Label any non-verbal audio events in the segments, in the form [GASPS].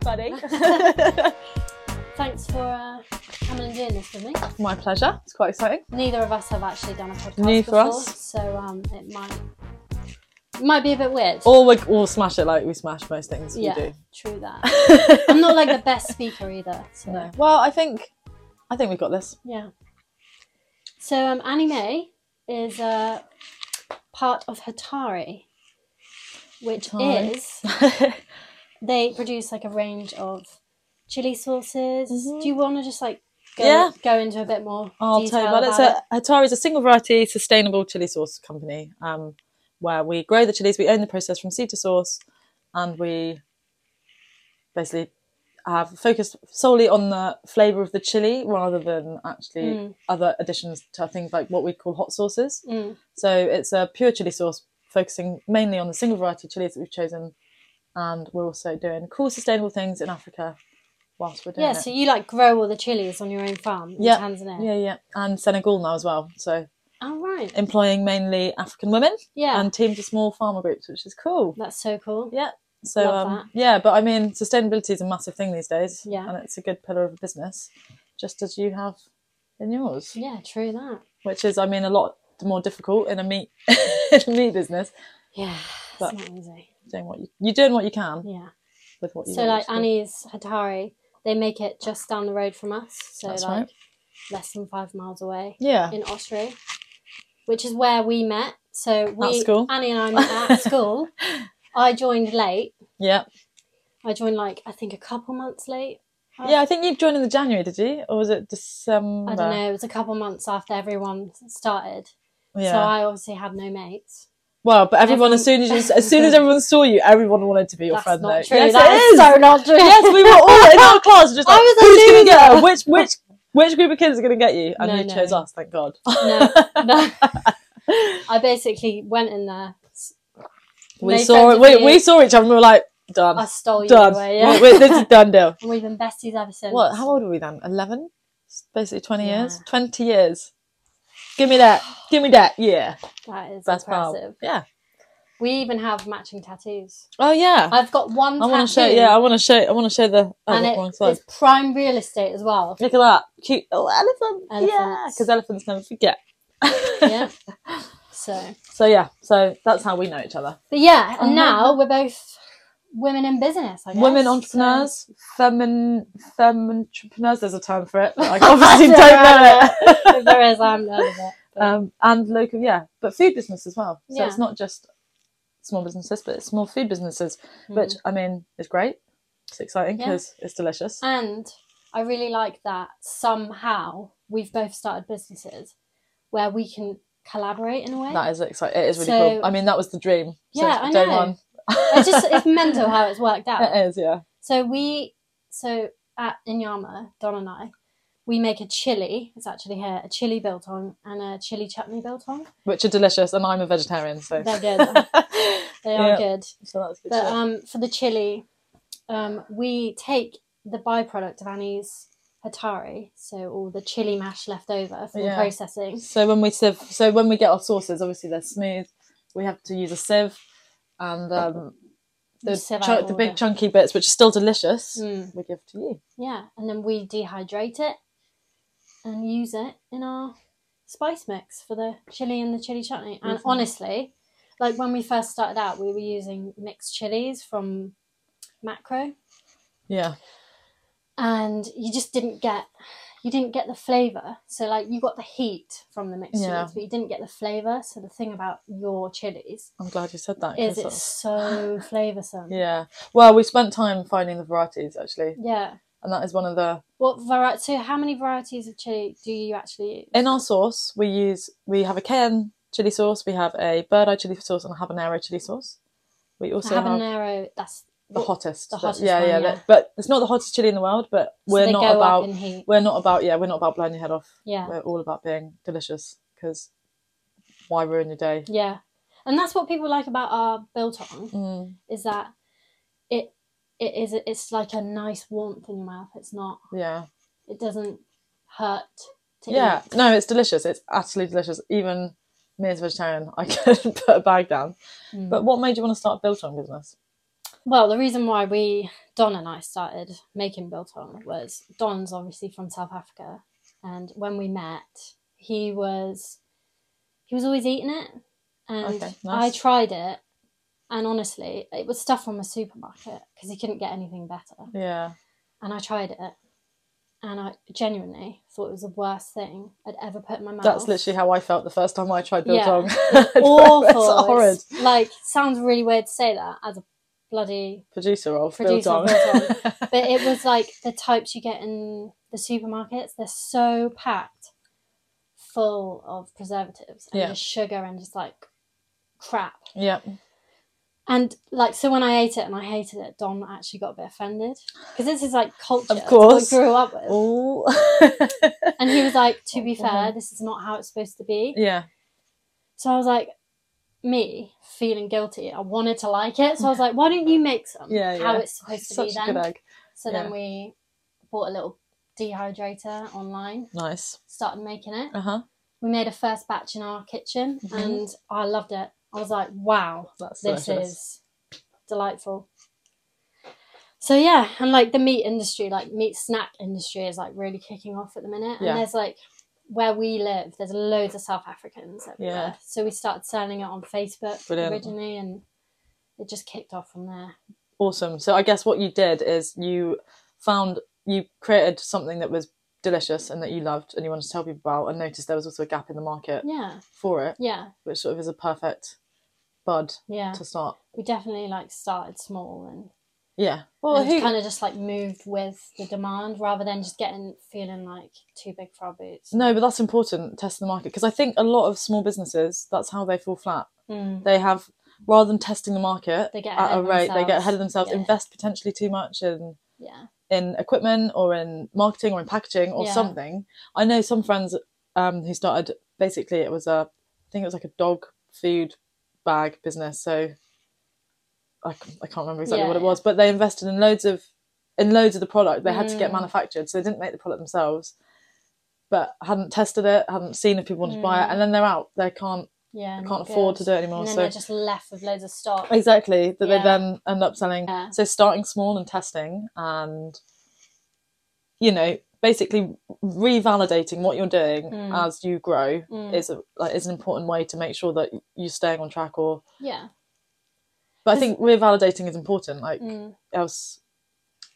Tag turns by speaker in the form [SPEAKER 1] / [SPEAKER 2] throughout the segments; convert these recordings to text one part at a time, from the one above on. [SPEAKER 1] buddy.
[SPEAKER 2] Thanks for uh, coming and doing this with me.
[SPEAKER 1] [LAUGHS] My pleasure. It's quite exciting.
[SPEAKER 2] Neither of us have actually done a podcast
[SPEAKER 1] New for
[SPEAKER 2] before,
[SPEAKER 1] us.
[SPEAKER 2] so um, it might might be a bit weird.
[SPEAKER 1] Or we all smash it like we smash most things
[SPEAKER 2] yeah,
[SPEAKER 1] we [LAUGHS] do.
[SPEAKER 2] true that. I'm not like the best speaker either. So,
[SPEAKER 1] [LAUGHS] No. Well, I think I think we've got [LAUGHS] this.
[SPEAKER 2] Yeah. So um, Annie Mae is uh, part of Hatari, which
[SPEAKER 1] Hatari.
[SPEAKER 2] is they produce like a range of chili sauces.
[SPEAKER 1] Mhm.
[SPEAKER 2] Do you want to just like go,
[SPEAKER 1] Yeah.
[SPEAKER 2] go into a bit more
[SPEAKER 1] I'll
[SPEAKER 2] detail
[SPEAKER 1] tell you about, it. So Hatari is a single variety sustainable chili sauce company um, where we grow the chilies, we own the process from seed to source, and we basically have focused solely on the flavour of the chili rather than actually
[SPEAKER 2] Mm.
[SPEAKER 1] other additions to things like what we call hot sauces.
[SPEAKER 2] Mm.
[SPEAKER 1] So it's a pure chili sauce focusing mainly on the single variety chilies that we've chosen. And we're also doing cool sustainable things in Africa whilst we're doing
[SPEAKER 2] Yeah,
[SPEAKER 1] it.
[SPEAKER 2] so you like grow all the chilies on your own farm in
[SPEAKER 1] Yeah.
[SPEAKER 2] Tanzania.
[SPEAKER 1] yeah, yeah. And Senegal now as well. So
[SPEAKER 2] Oh right.
[SPEAKER 1] employing mainly African women
[SPEAKER 2] Yeah.
[SPEAKER 1] and teamed to small farmer groups, which is cool.
[SPEAKER 2] That's so cool.
[SPEAKER 1] Yeah. So
[SPEAKER 2] Love
[SPEAKER 1] um, yeah, but I mean, sustainability is a massive thing these days.
[SPEAKER 2] Yeah.
[SPEAKER 1] and it's a good pillar of a business, just as you have in yours,
[SPEAKER 2] Yeah, true that.
[SPEAKER 1] which is, I mean, a lot more difficult in a meat [LAUGHS] in a meat business.
[SPEAKER 2] Yeah.
[SPEAKER 1] But-
[SPEAKER 2] it's not easy.
[SPEAKER 1] Doing what you, you're doing what you can
[SPEAKER 2] Yeah.
[SPEAKER 1] with what you.
[SPEAKER 2] So
[SPEAKER 1] got,
[SPEAKER 2] like
[SPEAKER 1] which is-
[SPEAKER 2] Annie's Hatari, they make it just down the road from us. So
[SPEAKER 1] That's
[SPEAKER 2] like
[SPEAKER 1] right.
[SPEAKER 2] less than five miles away
[SPEAKER 1] yeah,
[SPEAKER 2] in Austria. Which is where we met. So we
[SPEAKER 1] school.
[SPEAKER 2] Annie and I met
[SPEAKER 1] [LAUGHS]
[SPEAKER 2] at school. I joined late.
[SPEAKER 1] yeah,
[SPEAKER 2] I joined like I think a couple months late.
[SPEAKER 1] yeah. I think you joined in the January, did you, or was it December?
[SPEAKER 2] I don't know, it was a couple months after everyone started.
[SPEAKER 1] Yeah.
[SPEAKER 2] So I obviously had no mates.
[SPEAKER 1] well, but everyone, as soon as
[SPEAKER 2] Everyone-
[SPEAKER 1] you, as soon as everyone saw you, everyone wanted to be your
[SPEAKER 2] That's
[SPEAKER 1] friend.
[SPEAKER 2] not
[SPEAKER 1] though.
[SPEAKER 2] true.
[SPEAKER 1] Yes,
[SPEAKER 2] that
[SPEAKER 1] it
[SPEAKER 2] is
[SPEAKER 1] is.
[SPEAKER 2] so not true.
[SPEAKER 1] yes, we were all in our class
[SPEAKER 2] [LAUGHS]
[SPEAKER 1] just
[SPEAKER 2] I
[SPEAKER 1] like,
[SPEAKER 2] was a
[SPEAKER 1] who's going to get
[SPEAKER 2] loser."
[SPEAKER 1] her? Which which which group of kids are going to get you? And
[SPEAKER 2] No,
[SPEAKER 1] you
[SPEAKER 2] no.
[SPEAKER 1] chose us, thank God. [LAUGHS]
[SPEAKER 2] No, no. I basically went in there. s-
[SPEAKER 1] we
[SPEAKER 2] made
[SPEAKER 1] saw
[SPEAKER 2] friends
[SPEAKER 1] it.
[SPEAKER 2] with
[SPEAKER 1] We,
[SPEAKER 2] you,
[SPEAKER 1] we saw each other and we were like, done,
[SPEAKER 2] I stole you
[SPEAKER 1] done.
[SPEAKER 2] away. Yeah.
[SPEAKER 1] We- we- this is done deal.
[SPEAKER 2] [LAUGHS] and we've been besties ever since.
[SPEAKER 1] What? How old were we then? Eleven? Basically twenty years.
[SPEAKER 2] Yeah.
[SPEAKER 1] Twenty years. Give me that. Give me that. Yeah.
[SPEAKER 2] That is
[SPEAKER 1] That's
[SPEAKER 2] impressive.
[SPEAKER 1] power. Yeah.
[SPEAKER 2] We even have matching tattoos.
[SPEAKER 1] Oh yeah.
[SPEAKER 2] I've got one
[SPEAKER 1] I want
[SPEAKER 2] tattoo.
[SPEAKER 1] to show. Yeah, I want to show. I want to show the. Oh,
[SPEAKER 2] and
[SPEAKER 1] the
[SPEAKER 2] it-
[SPEAKER 1] wrong side.
[SPEAKER 2] it's prime real estate as
[SPEAKER 1] [LAUGHS]
[SPEAKER 2] well.
[SPEAKER 1] Look at that cute little elephant. Yeah,
[SPEAKER 2] Elephants.
[SPEAKER 1] because elephants never forget. [LAUGHS]
[SPEAKER 2] Yeah. so,
[SPEAKER 1] So yeah, so that's how we know each other.
[SPEAKER 2] but yeah, and
[SPEAKER 1] Uh-huh.
[SPEAKER 2] now we're both women in business. I guess.
[SPEAKER 1] Women
[SPEAKER 2] So- [LAUGHS]
[SPEAKER 1] entrepreneurs, femin, femin entrepreneurs. There's a term for it. But
[SPEAKER 2] [LAUGHS]
[SPEAKER 1] I obviously don't know
[SPEAKER 2] if there is, I'm none of it.
[SPEAKER 1] it. um, and local, yeah, but food business as well. So
[SPEAKER 2] Yeah.
[SPEAKER 1] it's not just small businesses, but it's small food businesses,
[SPEAKER 2] Mm.
[SPEAKER 1] which I mean is great. It's exciting
[SPEAKER 2] Yeah.
[SPEAKER 1] because it's delicious.
[SPEAKER 2] And I really like that somehow we've both started businesses where we can collaborate in a way.
[SPEAKER 1] That is exciting. It is really
[SPEAKER 2] So-
[SPEAKER 1] cool. I mean, that was the dream.
[SPEAKER 2] Yeah,
[SPEAKER 1] since
[SPEAKER 2] I
[SPEAKER 1] day
[SPEAKER 2] know.
[SPEAKER 1] One.
[SPEAKER 2] It's
[SPEAKER 1] [LAUGHS]
[SPEAKER 2] just it's mental how it's worked out.
[SPEAKER 1] It is, yeah.
[SPEAKER 2] So we so at Inyama, Don and I, we make a chili. It's actually here a chili biltong and a chili chutney biltong.
[SPEAKER 1] Which are delicious, and I'm a vegetarian, so
[SPEAKER 2] They're good. They are
[SPEAKER 1] Yeah.
[SPEAKER 2] good.
[SPEAKER 1] [LAUGHS] so that's good.
[SPEAKER 2] But
[SPEAKER 1] shit.
[SPEAKER 2] um, for the chili, um, we take the byproduct of Annie's hatari, so all the chili mash left over from
[SPEAKER 1] Yeah.
[SPEAKER 2] processing.
[SPEAKER 1] So when we sieve, so when we get our sauces, obviously they're smooth. We have to use a sieve, and um, the
[SPEAKER 2] You sieve
[SPEAKER 1] chunk-
[SPEAKER 2] out all
[SPEAKER 1] the big
[SPEAKER 2] the-
[SPEAKER 1] chunky bits, which are still delicious,
[SPEAKER 2] Mm.
[SPEAKER 1] we give to you.
[SPEAKER 2] Yeah, and then we dehydrate it and use it in our spice mix for the chili and the chili chutney. And
[SPEAKER 1] Mhm.
[SPEAKER 2] honestly, like when we first started out, we were using mixed chilies from Macro,
[SPEAKER 1] Yeah,
[SPEAKER 2] and you just didn't get you didn't get the flavor. So like you got the heat from the mixed
[SPEAKER 1] Yeah.
[SPEAKER 2] chilies, but you didn't get the flavor. So the thing about your chilies
[SPEAKER 1] I'm glad you said that.
[SPEAKER 2] is
[SPEAKER 1] 'cause
[SPEAKER 2] it's
[SPEAKER 1] [LAUGHS]
[SPEAKER 2] so
[SPEAKER 1] that's-
[SPEAKER 2] flavorsome.
[SPEAKER 1] Yeah. Well, we spent time finding the varieties actually,
[SPEAKER 2] Yeah.
[SPEAKER 1] and that is one of the
[SPEAKER 2] What variety? So how many varieties of chili do you actually use?
[SPEAKER 1] in our sauce we use. We have a cayenne chili sauce, we have a bird eye chili sauce, and a habanero chili sauce. We also have
[SPEAKER 2] habanero. That's
[SPEAKER 1] the hottest.
[SPEAKER 2] the
[SPEAKER 1] but-
[SPEAKER 2] hottest
[SPEAKER 1] yeah,
[SPEAKER 2] one,
[SPEAKER 1] yeah,
[SPEAKER 2] yeah.
[SPEAKER 1] that- But it's not the hottest chili in the world. But
[SPEAKER 2] so
[SPEAKER 1] we're
[SPEAKER 2] they
[SPEAKER 1] not
[SPEAKER 2] go
[SPEAKER 1] about
[SPEAKER 2] up in heat.
[SPEAKER 1] we're not about yeah we're not about blowing your head off
[SPEAKER 2] Yeah,
[SPEAKER 1] we're all about being delicious because why ruin your day
[SPEAKER 2] yeah, and that's what people like about our biltong
[SPEAKER 1] mm,
[SPEAKER 2] is that it it is it's like a nice warmth in your mouth. It's not.
[SPEAKER 1] yeah
[SPEAKER 2] It doesn't hurt. To
[SPEAKER 1] yeah
[SPEAKER 2] eat.
[SPEAKER 1] no it's delicious it's absolutely delicious even [LAUGHS] me as a vegetarian i could put a bag down
[SPEAKER 2] Mm.
[SPEAKER 1] but what made you want to start a biltong business
[SPEAKER 2] Well, the reason why we Don and I started making biltong was Don's obviously from South Africa, and when we met, he was he was always eating it, and
[SPEAKER 1] Okay,
[SPEAKER 2] I
[SPEAKER 1] nice.
[SPEAKER 2] tried it, and honestly, it was stuff from a supermarket because he couldn't get anything better,
[SPEAKER 1] Yeah.
[SPEAKER 2] and I tried it, and I genuinely thought it was the worst thing I'd ever put in my mouth.
[SPEAKER 1] That's literally how I felt the first time I tried
[SPEAKER 2] Yeah. [LAUGHS]
[SPEAKER 1] [LAUGHS] biltong.
[SPEAKER 2] awful.
[SPEAKER 1] it's horrid.
[SPEAKER 2] It's, like sounds really weird to say that as a bloody
[SPEAKER 1] Producer of
[SPEAKER 2] Producer of
[SPEAKER 1] biltong.
[SPEAKER 2] but it was like the types you get in the supermarkets. They're so packed full of preservatives and
[SPEAKER 1] Yeah.
[SPEAKER 2] just sugar and just like crap.
[SPEAKER 1] [LAUGHS] yeah.
[SPEAKER 2] And like, so when I ate it and I hated it, Don actually got a bit offended because this is like culture
[SPEAKER 1] Of
[SPEAKER 2] that
[SPEAKER 1] course.
[SPEAKER 2] we grew up with.
[SPEAKER 1] Oh.
[SPEAKER 2] And he was like, to be fair,
[SPEAKER 1] Mhm.
[SPEAKER 2] this is not how it's supposed to be.
[SPEAKER 1] [LAUGHS] yeah.
[SPEAKER 2] So I was like, me feeling guilty, I wanted to like it. So I was like, why don't you make some
[SPEAKER 1] Yeah,
[SPEAKER 2] how
[SPEAKER 1] yeah.
[SPEAKER 2] it's supposed to
[SPEAKER 1] Such
[SPEAKER 2] be
[SPEAKER 1] a
[SPEAKER 2] then?
[SPEAKER 1] good egg.
[SPEAKER 2] So
[SPEAKER 1] Yeah.
[SPEAKER 2] then we bought a little dehydrator online,
[SPEAKER 1] Nice.
[SPEAKER 2] started making it.
[SPEAKER 1] Uh huh.
[SPEAKER 2] We made a first batch in our kitchen
[SPEAKER 1] Mhm.
[SPEAKER 2] and I loved it. I was like, wow,
[SPEAKER 1] That's
[SPEAKER 2] this
[SPEAKER 1] delicious.
[SPEAKER 2] is delightful. So yeah, and like the meat industry, like meat snack industry is like really kicking off at the minute.
[SPEAKER 1] Yeah.
[SPEAKER 2] And there's like where we live, there's loads of South Africans everywhere.
[SPEAKER 1] Yeah.
[SPEAKER 2] So we started selling it on Facebook
[SPEAKER 1] Brilliant.
[SPEAKER 2] originally and it just kicked off from there.
[SPEAKER 1] Awesome. So I guess what you did is you found you created something that was delicious and that you loved and you wanted to tell people about and noticed there was also a gap in the market
[SPEAKER 2] Yeah.
[SPEAKER 1] for it,
[SPEAKER 2] Yeah.
[SPEAKER 1] which sort of is a perfect bud
[SPEAKER 2] Yeah.
[SPEAKER 1] to start.
[SPEAKER 2] we definitely like started small and,
[SPEAKER 1] Yeah. Well, who,
[SPEAKER 2] kind of just like moved with the demand rather than just getting feeling like too big for our boots.
[SPEAKER 1] no, but that's important testing the market because I think a lot of small businesses that's how they fall flat.
[SPEAKER 2] Mm.
[SPEAKER 1] They have rather than testing the market
[SPEAKER 2] They get
[SPEAKER 1] at
[SPEAKER 2] ahead
[SPEAKER 1] a
[SPEAKER 2] of
[SPEAKER 1] rate, they get
[SPEAKER 2] themselves.
[SPEAKER 1] ahead of themselves,
[SPEAKER 2] Yeah.
[SPEAKER 1] invest potentially too much in
[SPEAKER 2] Yeah,
[SPEAKER 1] in equipment or in marketing or in packaging or
[SPEAKER 2] Yeah.
[SPEAKER 1] something. I know some friends um, who started basically it was a I think it was like a dog food bag business. So I, c- I can't remember exactly
[SPEAKER 2] Yeah,
[SPEAKER 1] what it
[SPEAKER 2] yeah.
[SPEAKER 1] was, but they invested in loads of in loads of the product. They had to get
[SPEAKER 2] Mm.
[SPEAKER 1] manufactured, so they didn't make the product themselves. But hadn't tested it, hadn't seen if people wanted to
[SPEAKER 2] Mm.
[SPEAKER 1] buy it, and then they're out. They can't
[SPEAKER 2] yeah.
[SPEAKER 1] can't
[SPEAKER 2] not
[SPEAKER 1] afford to
[SPEAKER 2] good.
[SPEAKER 1] do it anymore.
[SPEAKER 2] And then
[SPEAKER 1] So
[SPEAKER 2] they're just left with loads of stock.
[SPEAKER 1] Exactly, that they
[SPEAKER 2] Yeah.
[SPEAKER 1] then end up selling.
[SPEAKER 2] Yeah.
[SPEAKER 1] So starting small and testing and, you know, basically revalidating what you're doing
[SPEAKER 2] Mm.
[SPEAKER 1] as you grow
[SPEAKER 2] Mm.
[SPEAKER 1] is a, like is an important way to make sure that you're staying on track. Or,
[SPEAKER 2] Yeah.
[SPEAKER 1] but I think revalidating is important. Like
[SPEAKER 2] Mm.
[SPEAKER 1] else,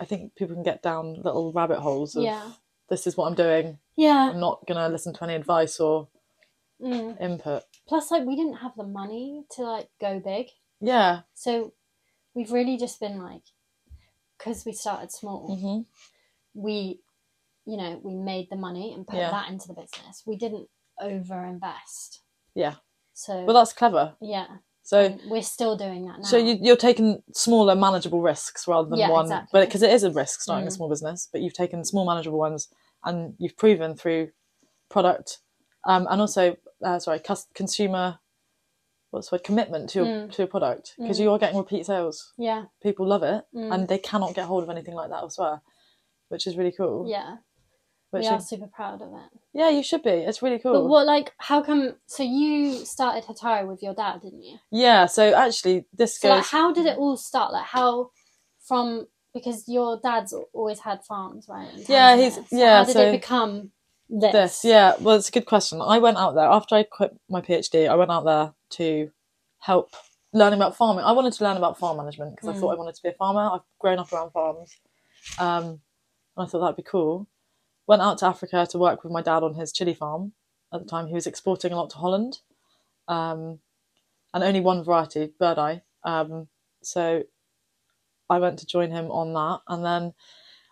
[SPEAKER 1] I think people can get down little rabbit holes of
[SPEAKER 2] Yeah.
[SPEAKER 1] this is what I'm doing.
[SPEAKER 2] Yeah.
[SPEAKER 1] I'm not gonna listen to any advice or
[SPEAKER 2] Mm.
[SPEAKER 1] input.
[SPEAKER 2] Plus, like, we didn't have the money to like go big.
[SPEAKER 1] Yeah.
[SPEAKER 2] So we've really just been like, because we started small,
[SPEAKER 1] hmm
[SPEAKER 2] we, you know, we made the money and put
[SPEAKER 1] Yeah.
[SPEAKER 2] that into the business. We didn't over invest.
[SPEAKER 1] Yeah.
[SPEAKER 2] So,
[SPEAKER 1] Well, that's clever.
[SPEAKER 2] yeah.
[SPEAKER 1] So.
[SPEAKER 2] And we're still doing that now.
[SPEAKER 1] So you, you're taking smaller, manageable risks rather than
[SPEAKER 2] Yeah,
[SPEAKER 1] one,
[SPEAKER 2] exactly.
[SPEAKER 1] but because it is a risk starting a
[SPEAKER 2] Mm.
[SPEAKER 1] small business, but you've taken small, manageable ones, and you've proven through product um, and also uh, sorry, cus- consumer what's the word commitment to your,
[SPEAKER 2] Mm.
[SPEAKER 1] to your product because
[SPEAKER 2] Mm.
[SPEAKER 1] you are getting repeat sales.
[SPEAKER 2] yeah,
[SPEAKER 1] People love it,
[SPEAKER 2] Mm.
[SPEAKER 1] and they cannot get hold of anything like that elsewhere, which is really cool.
[SPEAKER 2] yeah,
[SPEAKER 1] which
[SPEAKER 2] we are
[SPEAKER 1] is-
[SPEAKER 2] super proud of it.
[SPEAKER 1] yeah, you should be. It's really cool.
[SPEAKER 2] But what, like, how come? So you started Hatari with your dad, didn't you?
[SPEAKER 1] yeah. So mm. actually, this
[SPEAKER 2] So
[SPEAKER 1] goes.
[SPEAKER 2] like, how did it all start? Like, how from because your dad's always had farms, right? in
[SPEAKER 1] Yeah,
[SPEAKER 2] Tanzania.
[SPEAKER 1] he's-
[SPEAKER 2] So
[SPEAKER 1] yeah,
[SPEAKER 2] How did
[SPEAKER 1] so-
[SPEAKER 2] it become this?
[SPEAKER 1] this yeah well it's a good question i went out there after i quit my phd i went out there to help learn about farming i wanted to learn about farm management because i
[SPEAKER 2] Mm.
[SPEAKER 1] thought i wanted to be a farmer i've grown up around farms um, and i thought that'd be cool went out to africa to work with my dad on his chili farm at the time he was exporting a lot to holland um, and only one variety bird eye um, so i went to join him on that and then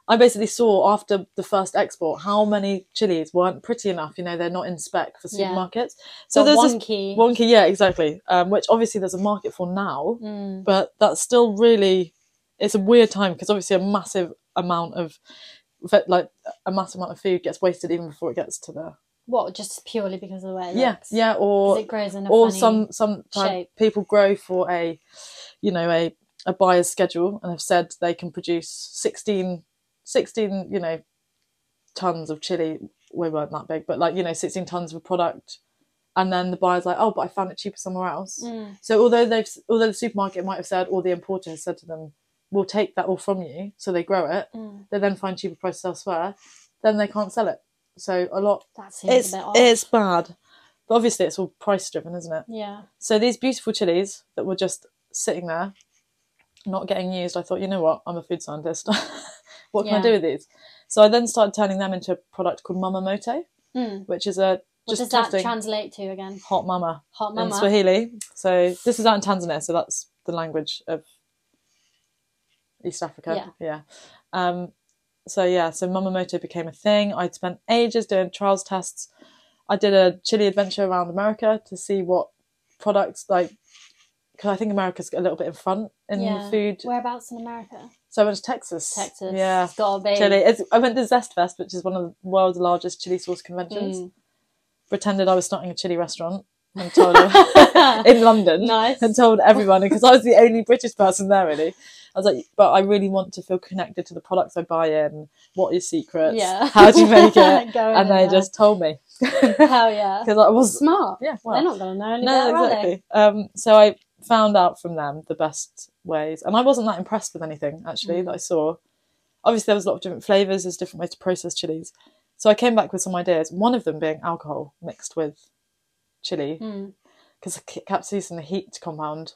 [SPEAKER 1] I basically saw after the first export how many chilies weren't pretty enough. You know, they're not in spec for
[SPEAKER 2] Yeah.
[SPEAKER 1] supermarkets.
[SPEAKER 2] So
[SPEAKER 1] So there's this
[SPEAKER 2] wonky.
[SPEAKER 1] wonky, yeah, exactly. Um, which obviously there's a market for now,
[SPEAKER 2] Mm,
[SPEAKER 1] but that's still really it's a weird time because obviously a massive amount of ve- like a massive amount of food gets wasted even before it gets to the
[SPEAKER 2] what? Just purely because of the way it
[SPEAKER 1] yeah
[SPEAKER 2] looks.
[SPEAKER 1] yeah
[SPEAKER 2] 'Cause
[SPEAKER 1] or
[SPEAKER 2] it grows in a
[SPEAKER 1] or
[SPEAKER 2] funny-
[SPEAKER 1] some some type
[SPEAKER 2] shape.
[SPEAKER 1] people grow for a you know a a buyer's schedule and have said they can produce 16 16 you know tons of chili we weren't that big but like you know 16 tons of a product and then the buyer's like oh but i found it cheaper somewhere else
[SPEAKER 2] Mm,
[SPEAKER 1] so although they've although the supermarket might have said or the importer has said to them will take that all from you, so they grow it.
[SPEAKER 2] Mm.
[SPEAKER 1] They then find cheaper prices elsewhere. Then they can't sell it. So a lot.
[SPEAKER 2] That seems
[SPEAKER 1] It's
[SPEAKER 2] a bit odd.
[SPEAKER 1] it's bad, but obviously it's all price driven, isn't it?
[SPEAKER 2] yeah.
[SPEAKER 1] So these beautiful chilies that were just sitting there, not getting used, I thought, you know what, I'm a food scientist. [LAUGHS] what can I
[SPEAKER 2] Yeah.
[SPEAKER 1] do with these? So I then started turning them into a product called Mamamoto,
[SPEAKER 2] Mm.
[SPEAKER 1] which is a
[SPEAKER 2] What
[SPEAKER 1] just
[SPEAKER 2] does that
[SPEAKER 1] tufting
[SPEAKER 2] translate to again?
[SPEAKER 1] hot mama,
[SPEAKER 2] Hot
[SPEAKER 1] in
[SPEAKER 2] mama.
[SPEAKER 1] Swahili. So this is out in Tanzania, so that's the language of East Africa. Yeah. Um, so yeah, so Mamamoto became a thing. I'd spent ages doing trials tests. I did a chili adventure around America to see what products like because I think America's a little bit in front in
[SPEAKER 2] yeah.
[SPEAKER 1] the food.
[SPEAKER 2] Whereabouts in America?
[SPEAKER 1] So I went to Texas.
[SPEAKER 2] Texas.
[SPEAKER 1] Yeah.
[SPEAKER 2] It's gotta be.
[SPEAKER 1] Chili. [LAUGHS] It's, I went to Zestfest, which is one of the world's largest chili sauce conventions.
[SPEAKER 2] Mm.
[SPEAKER 1] Pretended I was starting a chili restaurant and
[SPEAKER 2] [LAUGHS]
[SPEAKER 1] told [LAUGHS] in London
[SPEAKER 2] [LAUGHS] Nice.
[SPEAKER 1] and told everyone because I was the only British person there really. I was like, but I really want to feel connected to the products I buy in. What are your
[SPEAKER 2] [LAUGHS]
[SPEAKER 1] secrets?
[SPEAKER 2] Yeah.
[SPEAKER 1] [LAUGHS] How do you make it?
[SPEAKER 2] Going
[SPEAKER 1] and
[SPEAKER 2] in
[SPEAKER 1] they
[SPEAKER 2] there.
[SPEAKER 1] just told me [LAUGHS] because
[SPEAKER 2] Hell yeah.
[SPEAKER 1] [LAUGHS] I was
[SPEAKER 2] Smart.
[SPEAKER 1] yeah.
[SPEAKER 2] They're
[SPEAKER 1] Well,
[SPEAKER 2] not gonna know any
[SPEAKER 1] no,
[SPEAKER 2] better, are they?
[SPEAKER 1] exactly. Um, so I found out from them the best ways, and I wasn't that impressed with anything actually
[SPEAKER 2] Mm.
[SPEAKER 1] that I saw. Obviously, there was a lot of different flavors. There's different ways to process chilies. So I came back with some ideas. One of them being alcohol mixed with chili
[SPEAKER 2] Mm.
[SPEAKER 1] because capsaicin, the heat compound,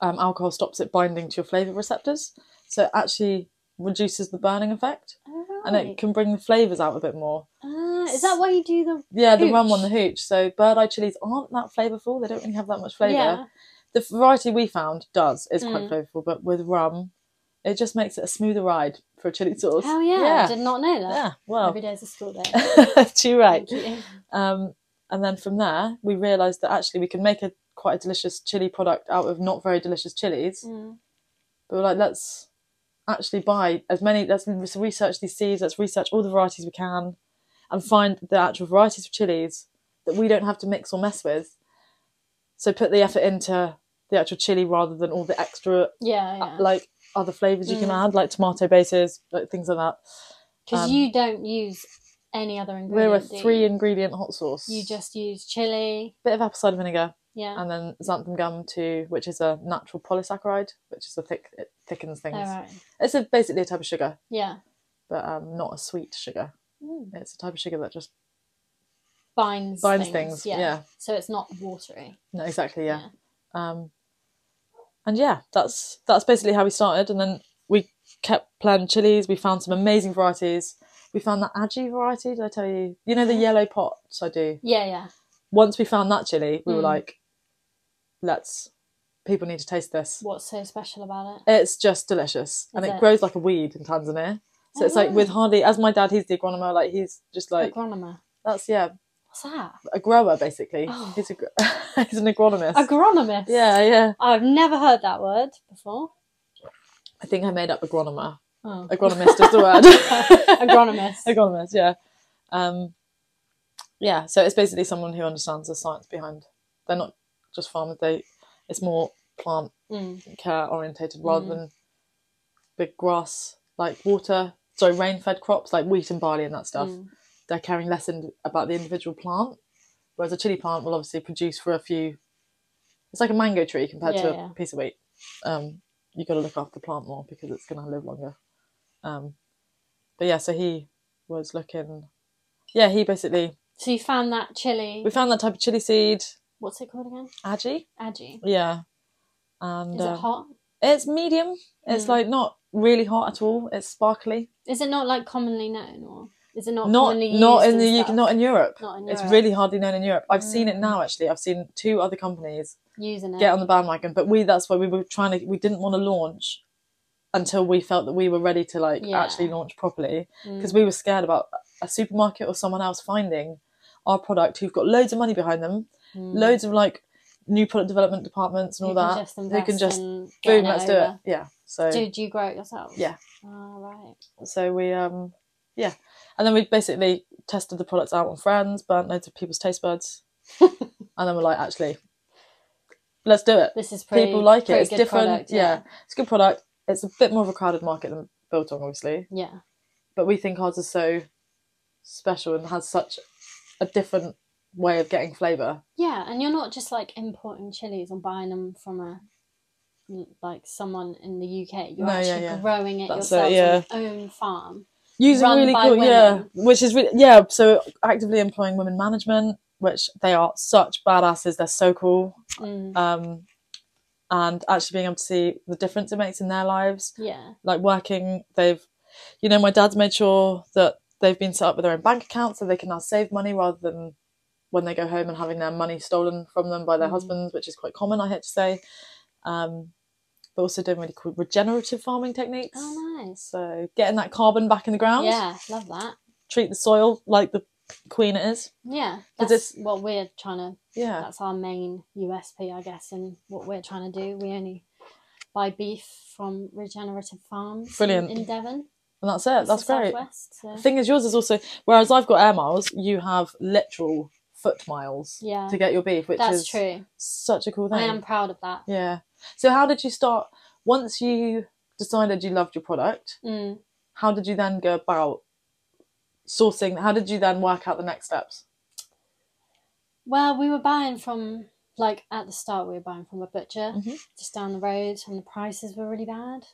[SPEAKER 1] um, alcohol stops it binding to your flavour receptors. So it actually reduces the burning effect and it
[SPEAKER 2] Alright.
[SPEAKER 1] can bring the flavours out a bit more.
[SPEAKER 2] Ah, is that why you do the
[SPEAKER 1] Yeah, the rum
[SPEAKER 2] Hooch.
[SPEAKER 1] on the hooch. So bird eye chilies aren't that flavourful, they don't really have that much flavour.
[SPEAKER 2] Yeah.
[SPEAKER 1] The variety we found does, is quite
[SPEAKER 2] Mm.
[SPEAKER 1] flavourful, but with rum, it just makes it a smoother ride for a chili sauce.
[SPEAKER 2] Hell yeah. I
[SPEAKER 1] Yeah,
[SPEAKER 2] did not know that.
[SPEAKER 1] yeah Oh. well,
[SPEAKER 2] Every day's a school
[SPEAKER 1] [LAUGHS]
[SPEAKER 2] day.
[SPEAKER 1] too right.
[SPEAKER 2] Thank you.
[SPEAKER 1] Um, and then from there, we realised that actually we can make a quite a delicious chili product out of not very delicious chilies.
[SPEAKER 2] Mm.
[SPEAKER 1] But we're like, let's actually buy as many. Let's re- research these seeds. Let's research all the varieties we can, and find the actual varieties of chilies that we don't have to mix or mess with. So put the effort into the actual chili rather than all the extra [LAUGHS]
[SPEAKER 2] Yeah, yeah.
[SPEAKER 1] like other flavors you can
[SPEAKER 2] Mm.
[SPEAKER 1] add, like tomato bases, like things like that.
[SPEAKER 2] Because
[SPEAKER 1] Um,
[SPEAKER 2] you don't use any other ingredient.
[SPEAKER 1] We're a
[SPEAKER 2] do you?
[SPEAKER 1] three ingredient hot sauce.
[SPEAKER 2] You just use chili.
[SPEAKER 1] bit of apple cider vinegar.
[SPEAKER 2] Yeah.
[SPEAKER 1] and then xanthan gum too, which is a natural polysaccharide, which is a thick it thickens things.
[SPEAKER 2] All right.
[SPEAKER 1] It's a, basically a type of sugar,
[SPEAKER 2] Yeah.
[SPEAKER 1] but um, not a sweet sugar.
[SPEAKER 2] Mm.
[SPEAKER 1] It's a type of sugar that just
[SPEAKER 2] Binds
[SPEAKER 1] Hmm. binds
[SPEAKER 2] things.
[SPEAKER 1] things. Yeah,
[SPEAKER 2] So it's not watery.
[SPEAKER 1] no, exactly. Yeah. Um, and yeah, that's that's basically how we started, and then we kept planting chilies. We found some amazing varieties. We found that Aji variety. Did I tell you? You know the yellow pot I do.
[SPEAKER 2] Yeah, yeah.
[SPEAKER 1] Once we found that chili, we were
[SPEAKER 2] Mm.
[SPEAKER 1] like, let's. People need to taste this.
[SPEAKER 2] What's so special about it?
[SPEAKER 1] It's just delicious, and
[SPEAKER 2] Is
[SPEAKER 1] it,
[SPEAKER 2] it?
[SPEAKER 1] grows like a weed in Tanzania. So
[SPEAKER 2] Oh,
[SPEAKER 1] it's like with
[SPEAKER 2] wow.
[SPEAKER 1] hardly as my dad, he's the agronomer. Like he's just like
[SPEAKER 2] Agronomer.
[SPEAKER 1] that's yeah,
[SPEAKER 2] What's that?
[SPEAKER 1] a grower basically.
[SPEAKER 2] Oh.
[SPEAKER 1] He's a gr- [LAUGHS] he's an agronomist.
[SPEAKER 2] Agronomist.
[SPEAKER 1] yeah, yeah.
[SPEAKER 2] I've never heard that word before.
[SPEAKER 1] I think I made up agronomer.
[SPEAKER 2] Oh.
[SPEAKER 1] Agronomist is the word.
[SPEAKER 2] [LAUGHS]
[SPEAKER 1] [LAUGHS]
[SPEAKER 2] Agronomist.
[SPEAKER 1] agronomist, yeah. Um, yeah. So it's basically someone who understands the science behind. They're not just farmers. They it's more plant
[SPEAKER 2] Mm.
[SPEAKER 1] care orientated rather
[SPEAKER 2] Mm.
[SPEAKER 1] than big grass like water sorry rain fed crops like wheat and barley and that stuff
[SPEAKER 2] Mm.
[SPEAKER 1] they're caring less in, about the individual plant whereas a chili plant will obviously produce for a few it's like a mango tree compared to
[SPEAKER 2] Yeah,
[SPEAKER 1] a
[SPEAKER 2] yeah.
[SPEAKER 1] piece of wheat um you got to look after the plant more because it's going to live longer um but yeah so he was looking yeah he basically
[SPEAKER 2] So you found that chili.
[SPEAKER 1] we found that type of chili seed
[SPEAKER 2] What's it called again?
[SPEAKER 1] aji
[SPEAKER 2] Aji.
[SPEAKER 1] yeah and
[SPEAKER 2] Is
[SPEAKER 1] um,
[SPEAKER 2] it hot?
[SPEAKER 1] it's medium. It's
[SPEAKER 2] Mm.
[SPEAKER 1] like not really hot at all. It's sparkly.
[SPEAKER 2] Is it not like commonly known, or is it not
[SPEAKER 1] Not
[SPEAKER 2] commonly
[SPEAKER 1] not
[SPEAKER 2] used
[SPEAKER 1] in
[SPEAKER 2] and
[SPEAKER 1] the
[SPEAKER 2] stuff?
[SPEAKER 1] UK, not in Europe.
[SPEAKER 2] Not in
[SPEAKER 1] It's
[SPEAKER 2] Europe.
[SPEAKER 1] really hardly known in Europe. I've seen it
[SPEAKER 2] Mm.
[SPEAKER 1] now actually. I've seen two other companies
[SPEAKER 2] using it?
[SPEAKER 1] get on the bandwagon, but we that's why we were trying to we didn't want to launch until we felt that we were ready to like
[SPEAKER 2] Yeah.
[SPEAKER 1] actually launch properly
[SPEAKER 2] Mm.
[SPEAKER 1] because we were scared about a supermarket or someone else finding our product who've got loads of money behind them,
[SPEAKER 2] Mm.
[SPEAKER 1] loads of like new product development departments and
[SPEAKER 2] You
[SPEAKER 1] all
[SPEAKER 2] can
[SPEAKER 1] that.
[SPEAKER 2] just
[SPEAKER 1] Who can
[SPEAKER 2] invest
[SPEAKER 1] just
[SPEAKER 2] in
[SPEAKER 1] boom,
[SPEAKER 2] getting
[SPEAKER 1] let's do it.
[SPEAKER 2] over.
[SPEAKER 1] Yeah. So
[SPEAKER 2] Do, do you grow it yourself?
[SPEAKER 1] Yeah.
[SPEAKER 2] All right.
[SPEAKER 1] so we um yeah and then we basically tested the products out on friends burnt loads of people's
[SPEAKER 2] [LAUGHS]
[SPEAKER 1] taste buds and then we're like actually let's do it
[SPEAKER 2] This is pretty.
[SPEAKER 1] people like it
[SPEAKER 2] pretty
[SPEAKER 1] it's
[SPEAKER 2] good
[SPEAKER 1] different
[SPEAKER 2] product,
[SPEAKER 1] yeah. it's a good product it's a bit more of a crowded market than built on obviously
[SPEAKER 2] yeah.
[SPEAKER 1] but we think ours is so special and has such a different way of getting flavor
[SPEAKER 2] Yeah, and you're not just like importing chilies or buying them from a like someone in the UK. You're
[SPEAKER 1] No, yeah,
[SPEAKER 2] actually
[SPEAKER 1] yeah.
[SPEAKER 2] growing it
[SPEAKER 1] That's
[SPEAKER 2] yourself
[SPEAKER 1] it, yeah.
[SPEAKER 2] on your own farm.
[SPEAKER 1] using
[SPEAKER 2] run
[SPEAKER 1] really
[SPEAKER 2] by
[SPEAKER 1] cool, yeah,
[SPEAKER 2] women.
[SPEAKER 1] which is really, yeah. So actively employing women management, which they are such badasses. They're so cool,
[SPEAKER 2] Mm,
[SPEAKER 1] um, and actually being able to see the difference it makes in their lives.
[SPEAKER 2] yeah.
[SPEAKER 1] Like working, they've, you know, my dad's made sure that they've been set up with their own bank account, so they can now save money rather than when they go home and having their money stolen from them by their
[SPEAKER 2] Mhm.
[SPEAKER 1] husbands, which is quite common, I hate to say. Um, but also doing really cool regenerative farming techniques.
[SPEAKER 2] Oh, nice.
[SPEAKER 1] So getting that carbon back in the ground
[SPEAKER 2] Yeah, love that.
[SPEAKER 1] treat the soil like the queen it is.
[SPEAKER 2] Yeah,
[SPEAKER 1] 'Cause
[SPEAKER 2] that's what we're trying to.
[SPEAKER 1] Yeah.
[SPEAKER 2] That's our main USP, I guess, in what we're trying to do. We only buy beef from regenerative farms. in-
[SPEAKER 1] Brilliant.
[SPEAKER 2] In, Devon.
[SPEAKER 1] And that's it.
[SPEAKER 2] It's
[SPEAKER 1] That's
[SPEAKER 2] the
[SPEAKER 1] great.
[SPEAKER 2] Southwest, so-
[SPEAKER 1] The thing is, yours is also, whereas I've got air miles, you have literal foot miles
[SPEAKER 2] Yeah.
[SPEAKER 1] to get your beef, which
[SPEAKER 2] That's
[SPEAKER 1] is
[SPEAKER 2] true.
[SPEAKER 1] such a cool thing.
[SPEAKER 2] I am proud of that.
[SPEAKER 1] Yeah. So, how did you start? Once you decided you loved your product,
[SPEAKER 2] Mm.
[SPEAKER 1] how did you then go about sourcing? How did you then work out the next steps?
[SPEAKER 2] Well, we were buying from like at the start we were buying from a butcher
[SPEAKER 1] Mhm.
[SPEAKER 2] just down the road, and the prices were really bad.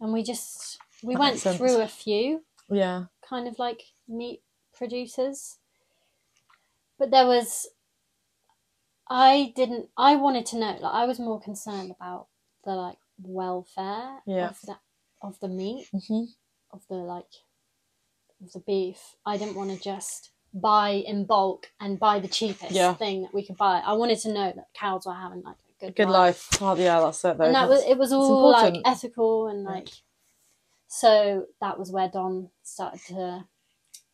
[SPEAKER 2] And we just we
[SPEAKER 1] That
[SPEAKER 2] went
[SPEAKER 1] makes sense.
[SPEAKER 2] through a few
[SPEAKER 1] Yeah.
[SPEAKER 2] kind of like meat producers, but there was I didn't I wanted to know like I was more concerned about the like welfare
[SPEAKER 1] Yeah.
[SPEAKER 2] of the of the meat
[SPEAKER 1] hmm
[SPEAKER 2] of the like of the beef. I didn't want to just buy in bulk and buy the cheapest
[SPEAKER 1] Yeah.
[SPEAKER 2] thing that we could buy. I wanted to know that cows were having like a good,
[SPEAKER 1] Good life. Oh, yeah, that's it, though.
[SPEAKER 2] and that was it was all like
[SPEAKER 1] important.
[SPEAKER 2] ethical and
[SPEAKER 1] Yeah.
[SPEAKER 2] like so that was where Don started to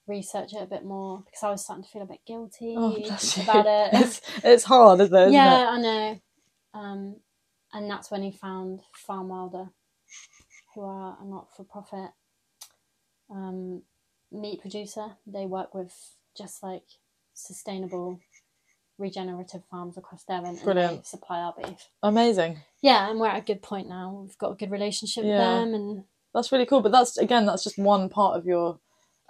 [SPEAKER 2] research it a bit more because I was starting to feel a bit guilty
[SPEAKER 1] Oh, bless you. [LAUGHS]
[SPEAKER 2] about it.
[SPEAKER 1] It's, it's hard, isn't it?
[SPEAKER 2] [LAUGHS]
[SPEAKER 1] Isn't
[SPEAKER 2] yeah,
[SPEAKER 1] it?
[SPEAKER 2] I know. Um, and that's when he found Farm Wilder, who are a not for profit um, meat producer. They work with just like sustainable, regenerative farms across Devon and they
[SPEAKER 1] Brilliant.
[SPEAKER 2] supply our beef.
[SPEAKER 1] Amazing.
[SPEAKER 2] Yeah, and we're at a good point now. We've got a good relationship with
[SPEAKER 1] Yeah.
[SPEAKER 2] them and
[SPEAKER 1] That's really cool. But that's again, that's just one part of your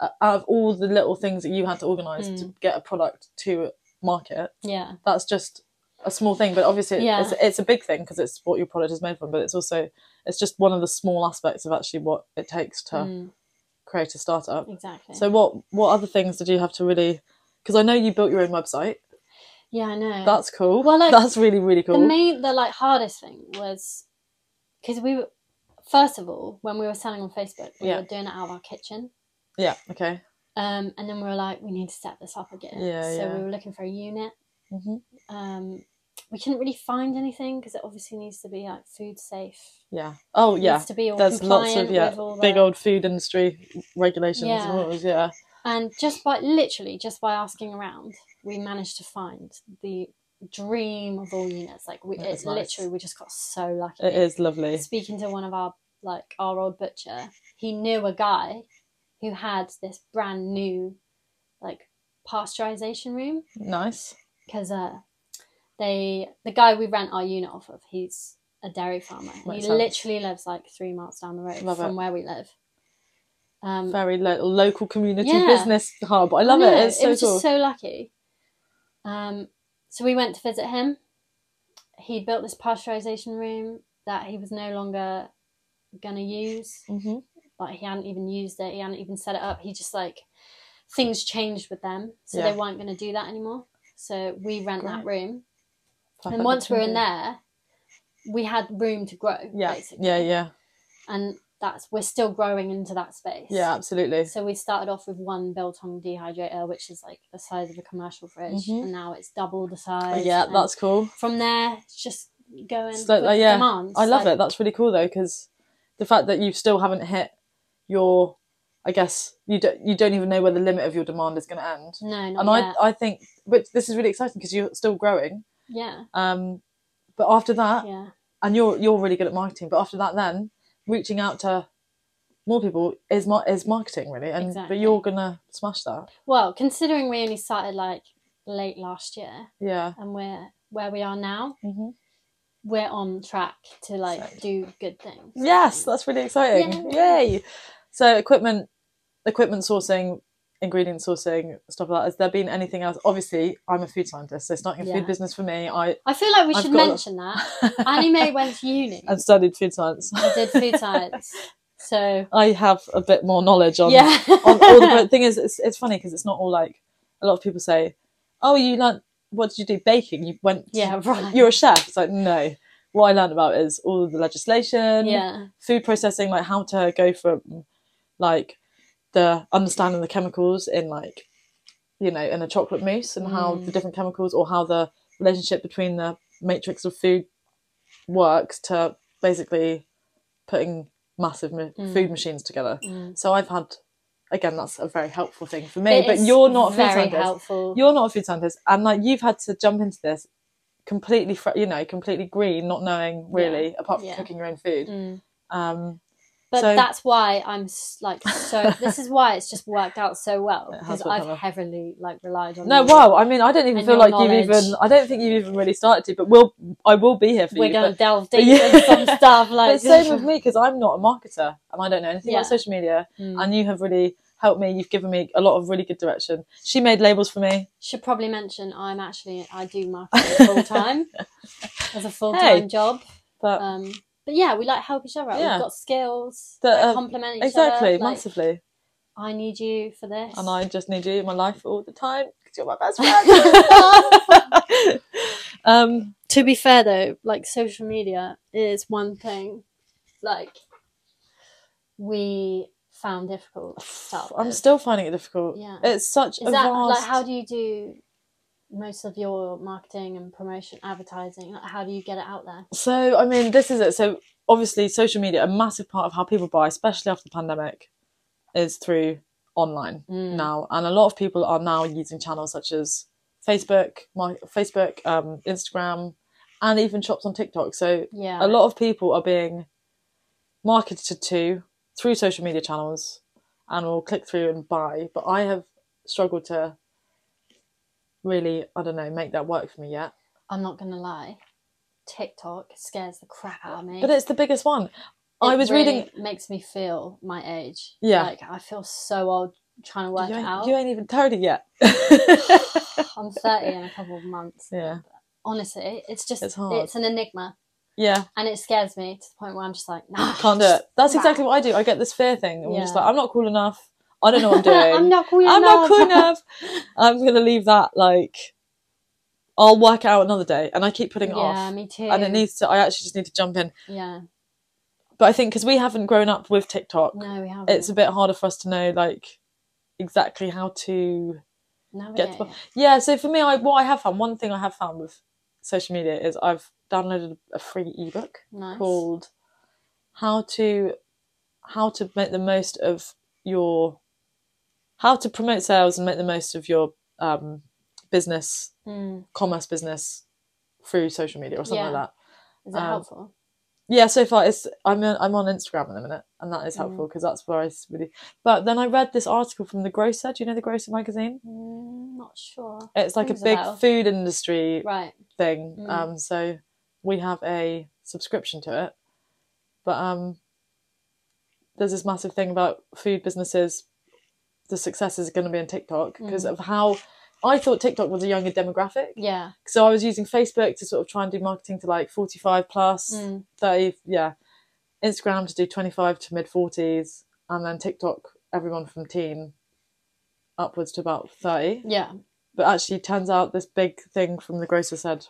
[SPEAKER 1] uh, out of all the little things that you had to organise
[SPEAKER 2] Hmm.
[SPEAKER 1] to get a product to market.
[SPEAKER 2] yeah,
[SPEAKER 1] That's just a small thing, but obviously it-
[SPEAKER 2] Yeah.
[SPEAKER 1] it's, it's a big thing because it's what your product is made from. But it's also it's just one of the small aspects of actually what it takes to
[SPEAKER 2] mm,
[SPEAKER 1] create a startup.
[SPEAKER 2] exactly.
[SPEAKER 1] So what what other things did you have to really? Because I know you built your own website.
[SPEAKER 2] yeah, I know.
[SPEAKER 1] That's cool.
[SPEAKER 2] Well, like,
[SPEAKER 1] [LAUGHS] that's really really cool.
[SPEAKER 2] The main, the like hardest thing was because we were first of all when we were selling on Facebook, we
[SPEAKER 1] Yeah.
[SPEAKER 2] were doing it out of our kitchen,
[SPEAKER 1] yeah. Okay.
[SPEAKER 2] um, and then we were like, we need to set this up again.
[SPEAKER 1] Yeah,
[SPEAKER 2] so
[SPEAKER 1] yeah.
[SPEAKER 2] we were looking for a unit.
[SPEAKER 1] hmm
[SPEAKER 2] Um, we couldn't really find anything because it obviously needs to be like food safe.
[SPEAKER 1] Yeah. Oh
[SPEAKER 2] It
[SPEAKER 1] yeah.
[SPEAKER 2] needs to be all
[SPEAKER 1] There's lots
[SPEAKER 2] compliant
[SPEAKER 1] of yeah
[SPEAKER 2] with all the,
[SPEAKER 1] big old food industry regulations
[SPEAKER 2] Yeah.
[SPEAKER 1] and rules. Yeah.
[SPEAKER 2] And just by literally just by asking around, we managed to find the dream of all units. Like we,
[SPEAKER 1] That is
[SPEAKER 2] it's
[SPEAKER 1] nice.
[SPEAKER 2] literally we just got so lucky.
[SPEAKER 1] It is lovely.
[SPEAKER 2] speaking to one of our like our old butcher, he knew a guy who had this brand new like pasteurization room
[SPEAKER 1] Nice.
[SPEAKER 2] because uh they the guy we rent our unit off of he's a dairy farmer. he
[SPEAKER 1] Makes sense.
[SPEAKER 2] literally lives like three miles down the road
[SPEAKER 1] Love
[SPEAKER 2] from
[SPEAKER 1] it.
[SPEAKER 2] where we live. Um,
[SPEAKER 1] Very lo- local community
[SPEAKER 2] Yeah.
[SPEAKER 1] business hub. I love
[SPEAKER 2] know,
[SPEAKER 1] it. It's so
[SPEAKER 2] was
[SPEAKER 1] cool.
[SPEAKER 2] just so lucky. Um, so we went to visit him. He built this pasteurization room that he was no longer gonna use.
[SPEAKER 1] hmm
[SPEAKER 2] like he hadn't even used it he hadn't even set it up he just like things changed with them so
[SPEAKER 1] Yeah.
[SPEAKER 2] they weren't going to do that anymore so we rent that room and once we're in there we had room to grow
[SPEAKER 1] Yeah.
[SPEAKER 2] basically
[SPEAKER 1] Yeah. Yeah.
[SPEAKER 2] and that's we're still growing into that space
[SPEAKER 1] Yeah. Absolutely.
[SPEAKER 2] so we started off with one biltong dehydrator which is like the size of a commercial fridge
[SPEAKER 1] Mhm.
[SPEAKER 2] and now it's double the size
[SPEAKER 1] yeah.
[SPEAKER 2] and
[SPEAKER 1] That's cool.
[SPEAKER 2] from there it's just going
[SPEAKER 1] So,
[SPEAKER 2] with
[SPEAKER 1] uh, yeah,
[SPEAKER 2] demands
[SPEAKER 1] I love
[SPEAKER 2] like-
[SPEAKER 1] it. That's really cool though, because the fact that you still haven't hit your, I guess you don't you don't even know where the limit of your demand is going to end.
[SPEAKER 2] no not
[SPEAKER 1] And
[SPEAKER 2] yet.
[SPEAKER 1] I I think, but this is really exciting because you're still growing.
[SPEAKER 2] yeah
[SPEAKER 1] Um, but after that,
[SPEAKER 2] yeah
[SPEAKER 1] and you're you're really good at marketing but after that then reaching out to more people is mar- is marketing really and
[SPEAKER 2] Exactly.
[SPEAKER 1] but you're gonna smash that
[SPEAKER 2] well considering we only started like late last year
[SPEAKER 1] yeah
[SPEAKER 2] and we're where we are now
[SPEAKER 1] hmm
[SPEAKER 2] we're on track to like
[SPEAKER 1] Sick.
[SPEAKER 2] do good things
[SPEAKER 1] yes that's really exciting yay,
[SPEAKER 2] Yay.
[SPEAKER 1] so equipment equipment sourcing ingredient sourcing stuff like that. Has there been anything else? Obviously, I'm a food scientist, so starting a
[SPEAKER 2] Yeah.
[SPEAKER 1] food business for me, I
[SPEAKER 2] I feel like we
[SPEAKER 1] I've
[SPEAKER 2] should
[SPEAKER 1] got-
[SPEAKER 2] mention that.
[SPEAKER 1] [LAUGHS]
[SPEAKER 2] Annie Mae went to uni.
[SPEAKER 1] and studied food science.
[SPEAKER 2] I did food science. So
[SPEAKER 1] I have a bit more knowledge [LAUGHS] on
[SPEAKER 2] yeah.
[SPEAKER 1] on
[SPEAKER 2] [LAUGHS]
[SPEAKER 1] all the but the thing is it's, it's funny because it's not all like a lot of people say oh you learnt what did you do baking you went to-
[SPEAKER 2] yeah, right.
[SPEAKER 1] you're a chef it's like no what i learned about is all the
[SPEAKER 2] [LAUGHS]
[SPEAKER 1] legislation
[SPEAKER 2] yeah.
[SPEAKER 1] food processing like how to go from like the understanding the chemicals in like you know in a chocolate mousse and how
[SPEAKER 2] Mm.
[SPEAKER 1] the different chemicals or how the relationship between the matrix of food works to basically putting massive ma-
[SPEAKER 2] Mm.
[SPEAKER 1] food machines together
[SPEAKER 2] Mm.
[SPEAKER 1] so I've had, again, that's a very helpful thing for me. but
[SPEAKER 2] It's
[SPEAKER 1] you're not a food
[SPEAKER 2] very
[SPEAKER 1] scientist.
[SPEAKER 2] helpful.
[SPEAKER 1] You're not a food scientist, and like you've had to jump into this completely, fr- you know, completely green, not knowing really, apart from
[SPEAKER 2] yeah.
[SPEAKER 1] cooking your own food.
[SPEAKER 2] Mm.
[SPEAKER 1] Um,
[SPEAKER 2] But
[SPEAKER 1] So-
[SPEAKER 2] that's why I'm s- like
[SPEAKER 1] [LAUGHS]
[SPEAKER 2] so. this is why it's just worked out so well
[SPEAKER 1] It has
[SPEAKER 2] because
[SPEAKER 1] worked
[SPEAKER 2] I've
[SPEAKER 1] out well.
[SPEAKER 2] heavily like relied on.
[SPEAKER 1] no,
[SPEAKER 2] you.
[SPEAKER 1] wow. I mean, I don't even
[SPEAKER 2] And
[SPEAKER 1] feel
[SPEAKER 2] your
[SPEAKER 1] like you've
[SPEAKER 2] knowledge.
[SPEAKER 1] even. I don't think you've even really started to. But we'll. I will be here for
[SPEAKER 2] We're
[SPEAKER 1] you.
[SPEAKER 2] gonna
[SPEAKER 1] but,
[SPEAKER 2] delve
[SPEAKER 1] but
[SPEAKER 2] deep
[SPEAKER 1] [LAUGHS] yeah.
[SPEAKER 2] into some stuff like
[SPEAKER 1] but
[SPEAKER 2] [LAUGHS]
[SPEAKER 1] same with me because I'm not a marketer and I don't know anything
[SPEAKER 2] Yeah.
[SPEAKER 1] about social media.
[SPEAKER 2] Mm.
[SPEAKER 1] And you have really helped me. You've given me a lot of really good direction. She made labels for me.
[SPEAKER 2] Should probably mention I'm actually I do marketing full
[SPEAKER 1] [LAUGHS]
[SPEAKER 2] time as a full time job.
[SPEAKER 1] But
[SPEAKER 2] Um, but yeah, we like help each other out.
[SPEAKER 1] Uh, Yeah.
[SPEAKER 2] We've got skills
[SPEAKER 1] That
[SPEAKER 2] that
[SPEAKER 1] are-
[SPEAKER 2] complement each
[SPEAKER 1] exactly,
[SPEAKER 2] other. Like,
[SPEAKER 1] massively.
[SPEAKER 2] I need you for this.
[SPEAKER 1] and I just need you in my life all the time because you're my
[SPEAKER 2] [LAUGHS]
[SPEAKER 1] best friend. [LAUGHS] um,
[SPEAKER 2] to be fair though, like social media is one thing like we found difficult to start
[SPEAKER 1] I'm
[SPEAKER 2] with.
[SPEAKER 1] still finding it difficult.
[SPEAKER 2] Yeah.
[SPEAKER 1] It's such
[SPEAKER 2] is
[SPEAKER 1] a
[SPEAKER 2] that
[SPEAKER 1] vast.
[SPEAKER 2] like how do you do most of your marketing and promotion advertising? Like, how do you get it out there?
[SPEAKER 1] so I mean, this is it. So obviously, social media, a massive part of how people buy, especially after the pandemic, is through online now, and a lot of people are now using channels such as Facebook, my Facebook, um, Instagram, and even shops on TikTok. So
[SPEAKER 2] Yeah.
[SPEAKER 1] a lot of people are being marketed to through social media channels and will click through and buy but i have struggled to really i don't know make that work for me yet
[SPEAKER 2] I'm not gonna lie. TikTok scares the crap out of me.
[SPEAKER 1] but it's the biggest one i
[SPEAKER 2] It
[SPEAKER 1] was
[SPEAKER 2] really
[SPEAKER 1] reading
[SPEAKER 2] makes me feel my age.
[SPEAKER 1] Yeah.
[SPEAKER 2] Like I feel so old trying to work
[SPEAKER 1] you
[SPEAKER 2] it
[SPEAKER 1] ain't,
[SPEAKER 2] out.
[SPEAKER 1] you ain't even
[SPEAKER 2] [LAUGHS]
[SPEAKER 1] 30 yet
[SPEAKER 2] I'm 30 in a couple of months.
[SPEAKER 1] [LAUGHS] yeah
[SPEAKER 2] Honestly, it's just
[SPEAKER 1] It's
[SPEAKER 2] it's,
[SPEAKER 1] hard.
[SPEAKER 2] an enigma, [LAUGHS]
[SPEAKER 1] yeah
[SPEAKER 2] and it scares me to the point where I'm just like, [LAUGHS] nah,
[SPEAKER 1] can't do it that's exactly what i do i get this fear thing i'm just
[SPEAKER 2] Ah, Yeah.
[SPEAKER 1] like i'm not cool enough i don't know what i'm doing
[SPEAKER 2] [LAUGHS] I'm not cool enough.
[SPEAKER 1] I'm not cool enough. I'm gonna leave that like I'll work it out another day, and I keep putting
[SPEAKER 2] [LAUGHS]
[SPEAKER 1] it
[SPEAKER 2] yeah,
[SPEAKER 1] off.
[SPEAKER 2] me too.
[SPEAKER 1] And it needs to. I actually just need to jump in.
[SPEAKER 2] Yeah,
[SPEAKER 1] But I think because we haven't grown up with TikTok,
[SPEAKER 2] no, we haven't.
[SPEAKER 1] it's a bit harder for us to know like exactly how to
[SPEAKER 2] no, we
[SPEAKER 1] get to-
[SPEAKER 2] don't.
[SPEAKER 1] yeah. So for me, I what I have found one thing I have found with social media is I've downloaded a free ebook
[SPEAKER 2] nice.
[SPEAKER 1] called how to how to make the most of your how to promote sales and make the most of your um, business
[SPEAKER 2] Mm.
[SPEAKER 1] commerce business through social media or something
[SPEAKER 2] Yeah.
[SPEAKER 1] like that
[SPEAKER 2] Is it
[SPEAKER 1] Um,
[SPEAKER 2] helpful?
[SPEAKER 1] yeah so far it's i'm on, i'm on instagram at the minute and that is
[SPEAKER 2] Mm.
[SPEAKER 1] helpful because that's where i s- really but then i read this article from the grocer do you know the grocer magazine
[SPEAKER 2] Mm, not sure.
[SPEAKER 1] it's like
[SPEAKER 2] Rings
[SPEAKER 1] a
[SPEAKER 2] a
[SPEAKER 1] big
[SPEAKER 2] bell.
[SPEAKER 1] food industry
[SPEAKER 2] Right.
[SPEAKER 1] thing.
[SPEAKER 2] Mm.
[SPEAKER 1] Um, so we have a subscription to it, but um, there's this massive thing about food businesses. The success is going to be in TikTok because
[SPEAKER 2] Mm.
[SPEAKER 1] of how I thought TikTok was a younger demographic.
[SPEAKER 2] Yeah.
[SPEAKER 1] So I was using Facebook to sort of try and do marketing to like 45 plus,
[SPEAKER 2] Mm.
[SPEAKER 1] 30, yeah. Instagram to do 25 to mid 40s, and then TikTok, everyone from teen upwards to about 30
[SPEAKER 2] Yeah.
[SPEAKER 1] but actually turns out this big thing from the grocer said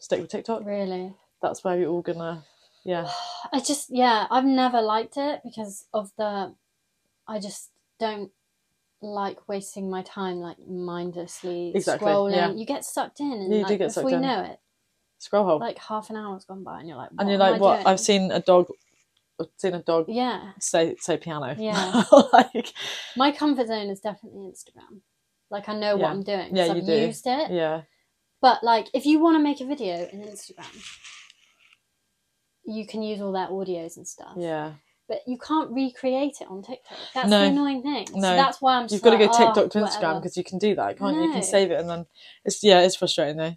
[SPEAKER 1] stick with tiktok
[SPEAKER 2] Really.
[SPEAKER 1] that's where you're all gonna yeah
[SPEAKER 2] I just yeah, I've never liked it because of the I just don't like wasting my time like mindlessly
[SPEAKER 1] Exactly,
[SPEAKER 2] scrolling.
[SPEAKER 1] yeah.
[SPEAKER 2] You get sucked in and
[SPEAKER 1] Yeah, you do
[SPEAKER 2] like,
[SPEAKER 1] get
[SPEAKER 2] before
[SPEAKER 1] sucked
[SPEAKER 2] you
[SPEAKER 1] in.
[SPEAKER 2] know it,
[SPEAKER 1] scroll hole
[SPEAKER 2] like half an hour's gone by and you're like
[SPEAKER 1] and you're
[SPEAKER 2] am
[SPEAKER 1] like
[SPEAKER 2] I
[SPEAKER 1] what
[SPEAKER 2] doing?"
[SPEAKER 1] i've seen a dog i've seen a dog
[SPEAKER 2] Yeah.
[SPEAKER 1] say say piano
[SPEAKER 2] Yeah.
[SPEAKER 1] [LAUGHS] like
[SPEAKER 2] My comfort zone is definitely Instagram. Like I know
[SPEAKER 1] Yeah.
[SPEAKER 2] what I'm doing. 'cause
[SPEAKER 1] Yeah,
[SPEAKER 2] I've
[SPEAKER 1] you do.
[SPEAKER 2] used it.
[SPEAKER 1] yeah
[SPEAKER 2] But like if you want to make a video in Instagram, you can use all their audios and stuff.
[SPEAKER 1] yeah
[SPEAKER 2] But you can't recreate it on TikTok. That's
[SPEAKER 1] No.
[SPEAKER 2] the annoying thing. So
[SPEAKER 1] No.
[SPEAKER 2] that's why I'm just
[SPEAKER 1] you've got to
[SPEAKER 2] like,
[SPEAKER 1] go tiktok
[SPEAKER 2] "Oh,
[SPEAKER 1] to instagram
[SPEAKER 2] whatever."
[SPEAKER 1] because you can do that can't you you
[SPEAKER 2] No.
[SPEAKER 1] can save it and then it's yeah it's frustrating though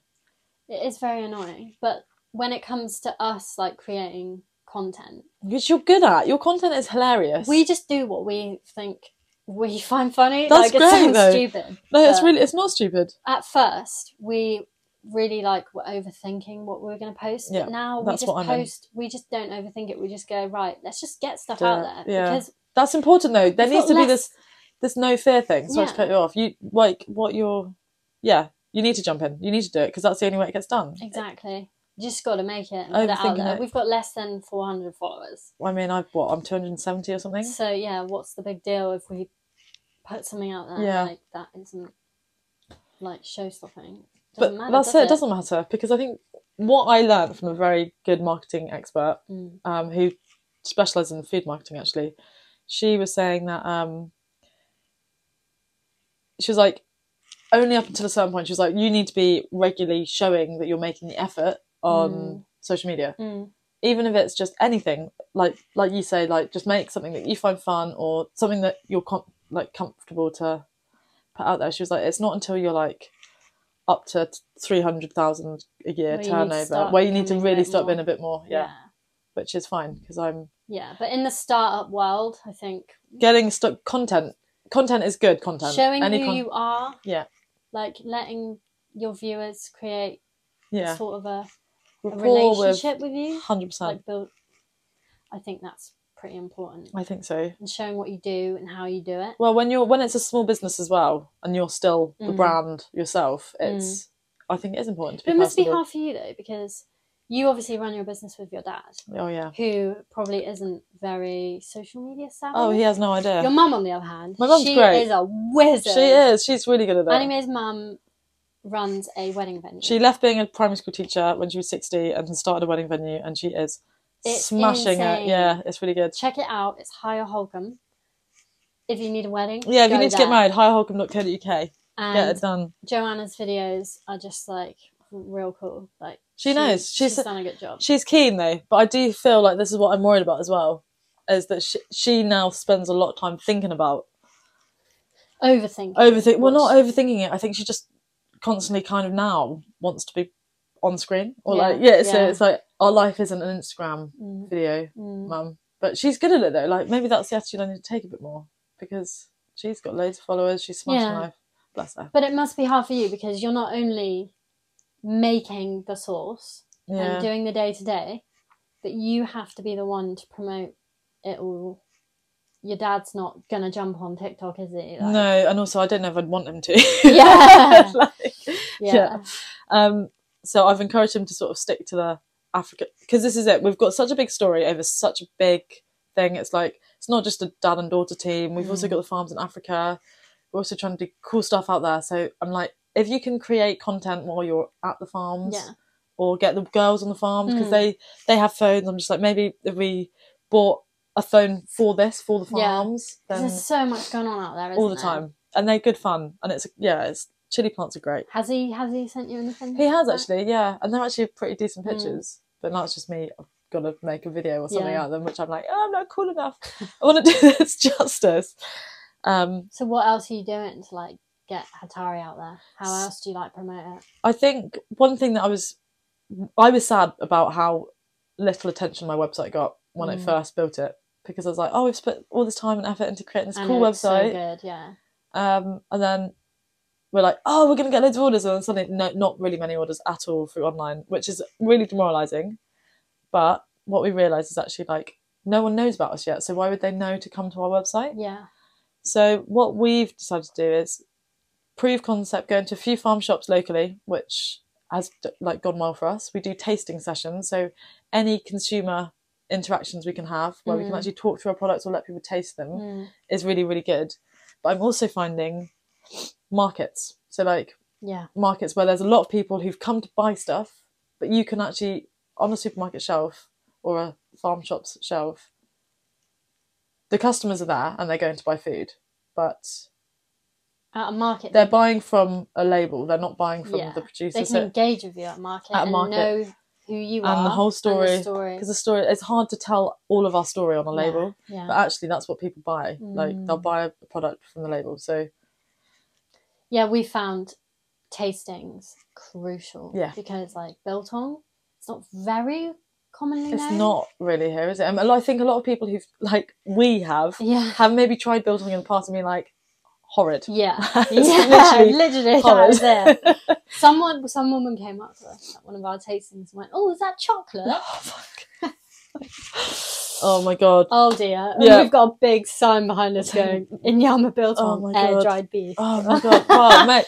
[SPEAKER 2] It is very annoying, but when it comes to us like creating content,
[SPEAKER 1] which you're good at your content is hilarious
[SPEAKER 2] we just do what we think we [LAUGHS] find funny.
[SPEAKER 1] That's
[SPEAKER 2] like it
[SPEAKER 1] great,
[SPEAKER 2] sounds
[SPEAKER 1] though.
[SPEAKER 2] stupid.
[SPEAKER 1] No, it's
[SPEAKER 2] but
[SPEAKER 1] really it's not stupid.
[SPEAKER 2] at first we really like were overthinking what we were going to post.
[SPEAKER 1] Yeah,
[SPEAKER 2] but now we
[SPEAKER 1] that's
[SPEAKER 2] just
[SPEAKER 1] what I mean.
[SPEAKER 2] post. We just don't overthink it. We just go right. Let's just get stuff
[SPEAKER 1] Do
[SPEAKER 2] out
[SPEAKER 1] it,
[SPEAKER 2] there
[SPEAKER 1] yeah.
[SPEAKER 2] because
[SPEAKER 1] That's important though. There
[SPEAKER 2] we've
[SPEAKER 1] needs
[SPEAKER 2] got
[SPEAKER 1] to be
[SPEAKER 2] less-
[SPEAKER 1] this this no fear thing. Sorry to
[SPEAKER 2] Yeah.
[SPEAKER 1] cut you off. You like what you're. Yeah, you need to jump in. You need to do it because that's the only way it gets done.
[SPEAKER 2] exactly. Just got to make it and put it out
[SPEAKER 1] Overthinking
[SPEAKER 2] there.
[SPEAKER 1] it.
[SPEAKER 2] We've got less than 400 followers.
[SPEAKER 1] I mean, I've what I'm 270 or something.
[SPEAKER 2] So, yeah, what's the big deal if we put something out there?
[SPEAKER 1] Yeah.
[SPEAKER 2] Like, that isn't like show stopping.
[SPEAKER 1] but that's it. It doesn't matter because I think what I learned from a very good marketing expert
[SPEAKER 2] Mm.
[SPEAKER 1] um, who specializes in food marketing actually, she was saying that um, she was like, only up until a certain point, she was like, you need to be regularly showing that you're making the effort on
[SPEAKER 2] Mm.
[SPEAKER 1] social media,
[SPEAKER 2] Mm.
[SPEAKER 1] even if it's just anything like like you say, like just make something that you find fun or something that you're com- like comfortable to put out there. She was like, it's not until you're like up to three hundred thousand a year
[SPEAKER 2] Where you need to
[SPEAKER 1] turnover
[SPEAKER 2] start
[SPEAKER 1] where you need to
[SPEAKER 2] becoming a
[SPEAKER 1] really
[SPEAKER 2] bit
[SPEAKER 1] start
[SPEAKER 2] more-
[SPEAKER 1] being a bit more, yeah
[SPEAKER 2] yeah.
[SPEAKER 1] which is fine because I'm
[SPEAKER 2] Yeah. But in the startup world, I think
[SPEAKER 1] getting stuck. Content, content is good content.
[SPEAKER 2] showing
[SPEAKER 1] Any
[SPEAKER 2] who
[SPEAKER 1] con-
[SPEAKER 2] you are,
[SPEAKER 1] Yeah.
[SPEAKER 2] like letting your viewers create
[SPEAKER 1] yeah,
[SPEAKER 2] sort of a, a
[SPEAKER 1] rapport with
[SPEAKER 2] relationship with you,
[SPEAKER 1] hundred percent.
[SPEAKER 2] like build. I think that's pretty important.
[SPEAKER 1] I think so.
[SPEAKER 2] and showing what you do and how you do it.
[SPEAKER 1] Well, when you're when it's a small business as well, and you're still the
[SPEAKER 2] Mm.
[SPEAKER 1] brand yourself, it's I think it is important to be.
[SPEAKER 2] But it must be
[SPEAKER 1] personable.
[SPEAKER 2] hard for you though, because you obviously run your business with your dad,
[SPEAKER 1] Oh yeah.
[SPEAKER 2] who probably isn't very social media savvy.
[SPEAKER 1] Oh, he has no idea.
[SPEAKER 2] Your mum, on the other hand,
[SPEAKER 1] My mum's
[SPEAKER 2] she
[SPEAKER 1] great.
[SPEAKER 2] is a wizard.
[SPEAKER 1] she is. She's really good at that.
[SPEAKER 2] Anime's mum runs a wedding venue.
[SPEAKER 1] She left being a primary school teacher when she was sixty and started a wedding venue, and she is
[SPEAKER 2] It's
[SPEAKER 1] smashing
[SPEAKER 2] insane.
[SPEAKER 1] it. Yeah, it's really good.
[SPEAKER 2] Check it out. It's Higher Holcomb. If you need a wedding,
[SPEAKER 1] Yeah, if you
[SPEAKER 2] go
[SPEAKER 1] need to
[SPEAKER 2] there.
[SPEAKER 1] get married, highholcomb.co.uk. Get
[SPEAKER 2] and
[SPEAKER 1] it done.
[SPEAKER 2] Joanna's videos are just like real cool. Like
[SPEAKER 1] She knows.
[SPEAKER 2] she's,
[SPEAKER 1] She's-
[SPEAKER 2] done a good job.
[SPEAKER 1] She's keen though, but I do feel like this is what I'm worried about as well, is that she, she now spends a lot of time thinking about
[SPEAKER 2] Overthinking.
[SPEAKER 1] overthink. Well, not
[SPEAKER 2] Which-
[SPEAKER 1] overthinking it. I think she just constantly kind of now wants to be on screen or
[SPEAKER 2] Yeah,
[SPEAKER 1] like yeah. So
[SPEAKER 2] yeah.
[SPEAKER 1] it's like our life isn't an Instagram
[SPEAKER 2] Mm,
[SPEAKER 1] video,
[SPEAKER 2] mm.
[SPEAKER 1] mum. But she's good at it though. Like maybe that's the attitude I need to take a bit more because she's got loads of followers. She's smashing
[SPEAKER 2] Yeah.
[SPEAKER 1] life. Bless her.
[SPEAKER 2] But it must be hard for you because you're not only making the sauce and
[SPEAKER 1] Yeah.
[SPEAKER 2] doing the day to day, but you have to be the one to promote it all. Your dad's not gonna jump on TikTok, is he? Like,
[SPEAKER 1] No, and also I don't know if I'd want him to.
[SPEAKER 2] Yeah.
[SPEAKER 1] [LAUGHS] Like-
[SPEAKER 2] Yeah.
[SPEAKER 1] yeah. Um, so I've encouraged him to sort of stick to the Africa because this is it. We've got such a big story over such a big thing. It's like it's not just a dad and daughter team. We've
[SPEAKER 2] Mm.
[SPEAKER 1] also got the farms in Africa. We're also trying to do cool stuff out there. So I'm like, if you can create content while you're at the farms,
[SPEAKER 2] Yeah.
[SPEAKER 1] or get the girls on the farms because
[SPEAKER 2] Mm.
[SPEAKER 1] they they have phones. I'm just like, maybe if we bought a phone for this for the
[SPEAKER 2] Yeah.
[SPEAKER 1] farms, then
[SPEAKER 2] There's so much going on out there, isn't
[SPEAKER 1] all the
[SPEAKER 2] there?
[SPEAKER 1] time, and they're good fun. And it's yeah, it's chili plants are great.
[SPEAKER 2] Has he has he sent you anything?
[SPEAKER 1] He has
[SPEAKER 2] back?
[SPEAKER 1] actually, yeah, and they're actually pretty decent
[SPEAKER 2] Mm.
[SPEAKER 1] pictures. But now it's just me. I've got to make a video or something
[SPEAKER 2] Yeah.
[SPEAKER 1] out of them, which I'm like, oh, I'm not cool enough. I want to [LAUGHS] do this justice. Um,
[SPEAKER 2] So what else are you doing to like get Hatari out there? How else do you like promote it?
[SPEAKER 1] I think one thing that I was, I was sad about how little attention my website got when I
[SPEAKER 2] Mm.
[SPEAKER 1] first built it because I was like, oh, we've spent all this time and effort into creating this
[SPEAKER 2] I
[SPEAKER 1] cool
[SPEAKER 2] know it's So
[SPEAKER 1] website,
[SPEAKER 2] good, yeah.
[SPEAKER 1] um, and then we're like, oh, we're gonna get loads of orders, and then suddenly, no, not really many orders at all through online, which is really demoralising. But what we realised is actually like no one knows about us yet, so why would they know to come to our website?
[SPEAKER 2] Yeah.
[SPEAKER 1] So what we've decided to do is prove concept, go into a few farm shops locally, which has like gone well for us. We do tasting sessions, so any consumer interactions we can have where we can
[SPEAKER 2] Mm.
[SPEAKER 1] actually talk through our products or let people taste them
[SPEAKER 2] Mm,
[SPEAKER 1] is really really good but i'm also finding markets so like
[SPEAKER 2] yeah.
[SPEAKER 1] markets where there's a lot of people who've come to buy stuff but you can actually on a supermarket shelf or a farm shop's shelf the customers are there and they're going to buy food but
[SPEAKER 2] At a market
[SPEAKER 1] they're buying from a label they're not buying from
[SPEAKER 2] Yeah,
[SPEAKER 1] the producer
[SPEAKER 2] they can
[SPEAKER 1] so,
[SPEAKER 2] engage with you at market
[SPEAKER 1] At
[SPEAKER 2] and
[SPEAKER 1] market.
[SPEAKER 2] know who you are
[SPEAKER 1] and the whole story
[SPEAKER 2] the story.
[SPEAKER 1] because the story it's hard to tell all of our story on a label
[SPEAKER 2] Yeah,
[SPEAKER 1] but actually that's what people buy like they'll
[SPEAKER 2] Mm.
[SPEAKER 1] buy a product from the label so
[SPEAKER 2] yeah, we found tastings crucial.
[SPEAKER 1] Yeah.
[SPEAKER 2] because like biltong, it's not very commonly
[SPEAKER 1] It's
[SPEAKER 2] known?
[SPEAKER 1] not really here, is it? Um, a lot- I think a lot of people who've like we have
[SPEAKER 2] Yeah.
[SPEAKER 1] [LAUGHS] have maybe tried biltong in the past and been like horrid.
[SPEAKER 2] Yeah.
[SPEAKER 1] [LAUGHS] It's
[SPEAKER 2] [LAUGHS] yeah.
[SPEAKER 1] literally
[SPEAKER 2] Literally, that
[SPEAKER 1] horrid.
[SPEAKER 2] was it.
[SPEAKER 1] [LAUGHS]
[SPEAKER 2] Someone, some woman came up to us at one of our tastings and went, "Oh, is that
[SPEAKER 1] [GASPS]
[SPEAKER 2] chocolate?"
[SPEAKER 1] oh my god.
[SPEAKER 2] Oh dear. And
[SPEAKER 1] Yeah.
[SPEAKER 2] We've got a big sign behind us going, "In Yama
[SPEAKER 1] [LAUGHS] Oh
[SPEAKER 2] Biltong,
[SPEAKER 1] my
[SPEAKER 2] air
[SPEAKER 1] God.
[SPEAKER 2] dried beef."
[SPEAKER 1] Oh
[SPEAKER 2] [LAUGHS]
[SPEAKER 1] my god! Well, mate,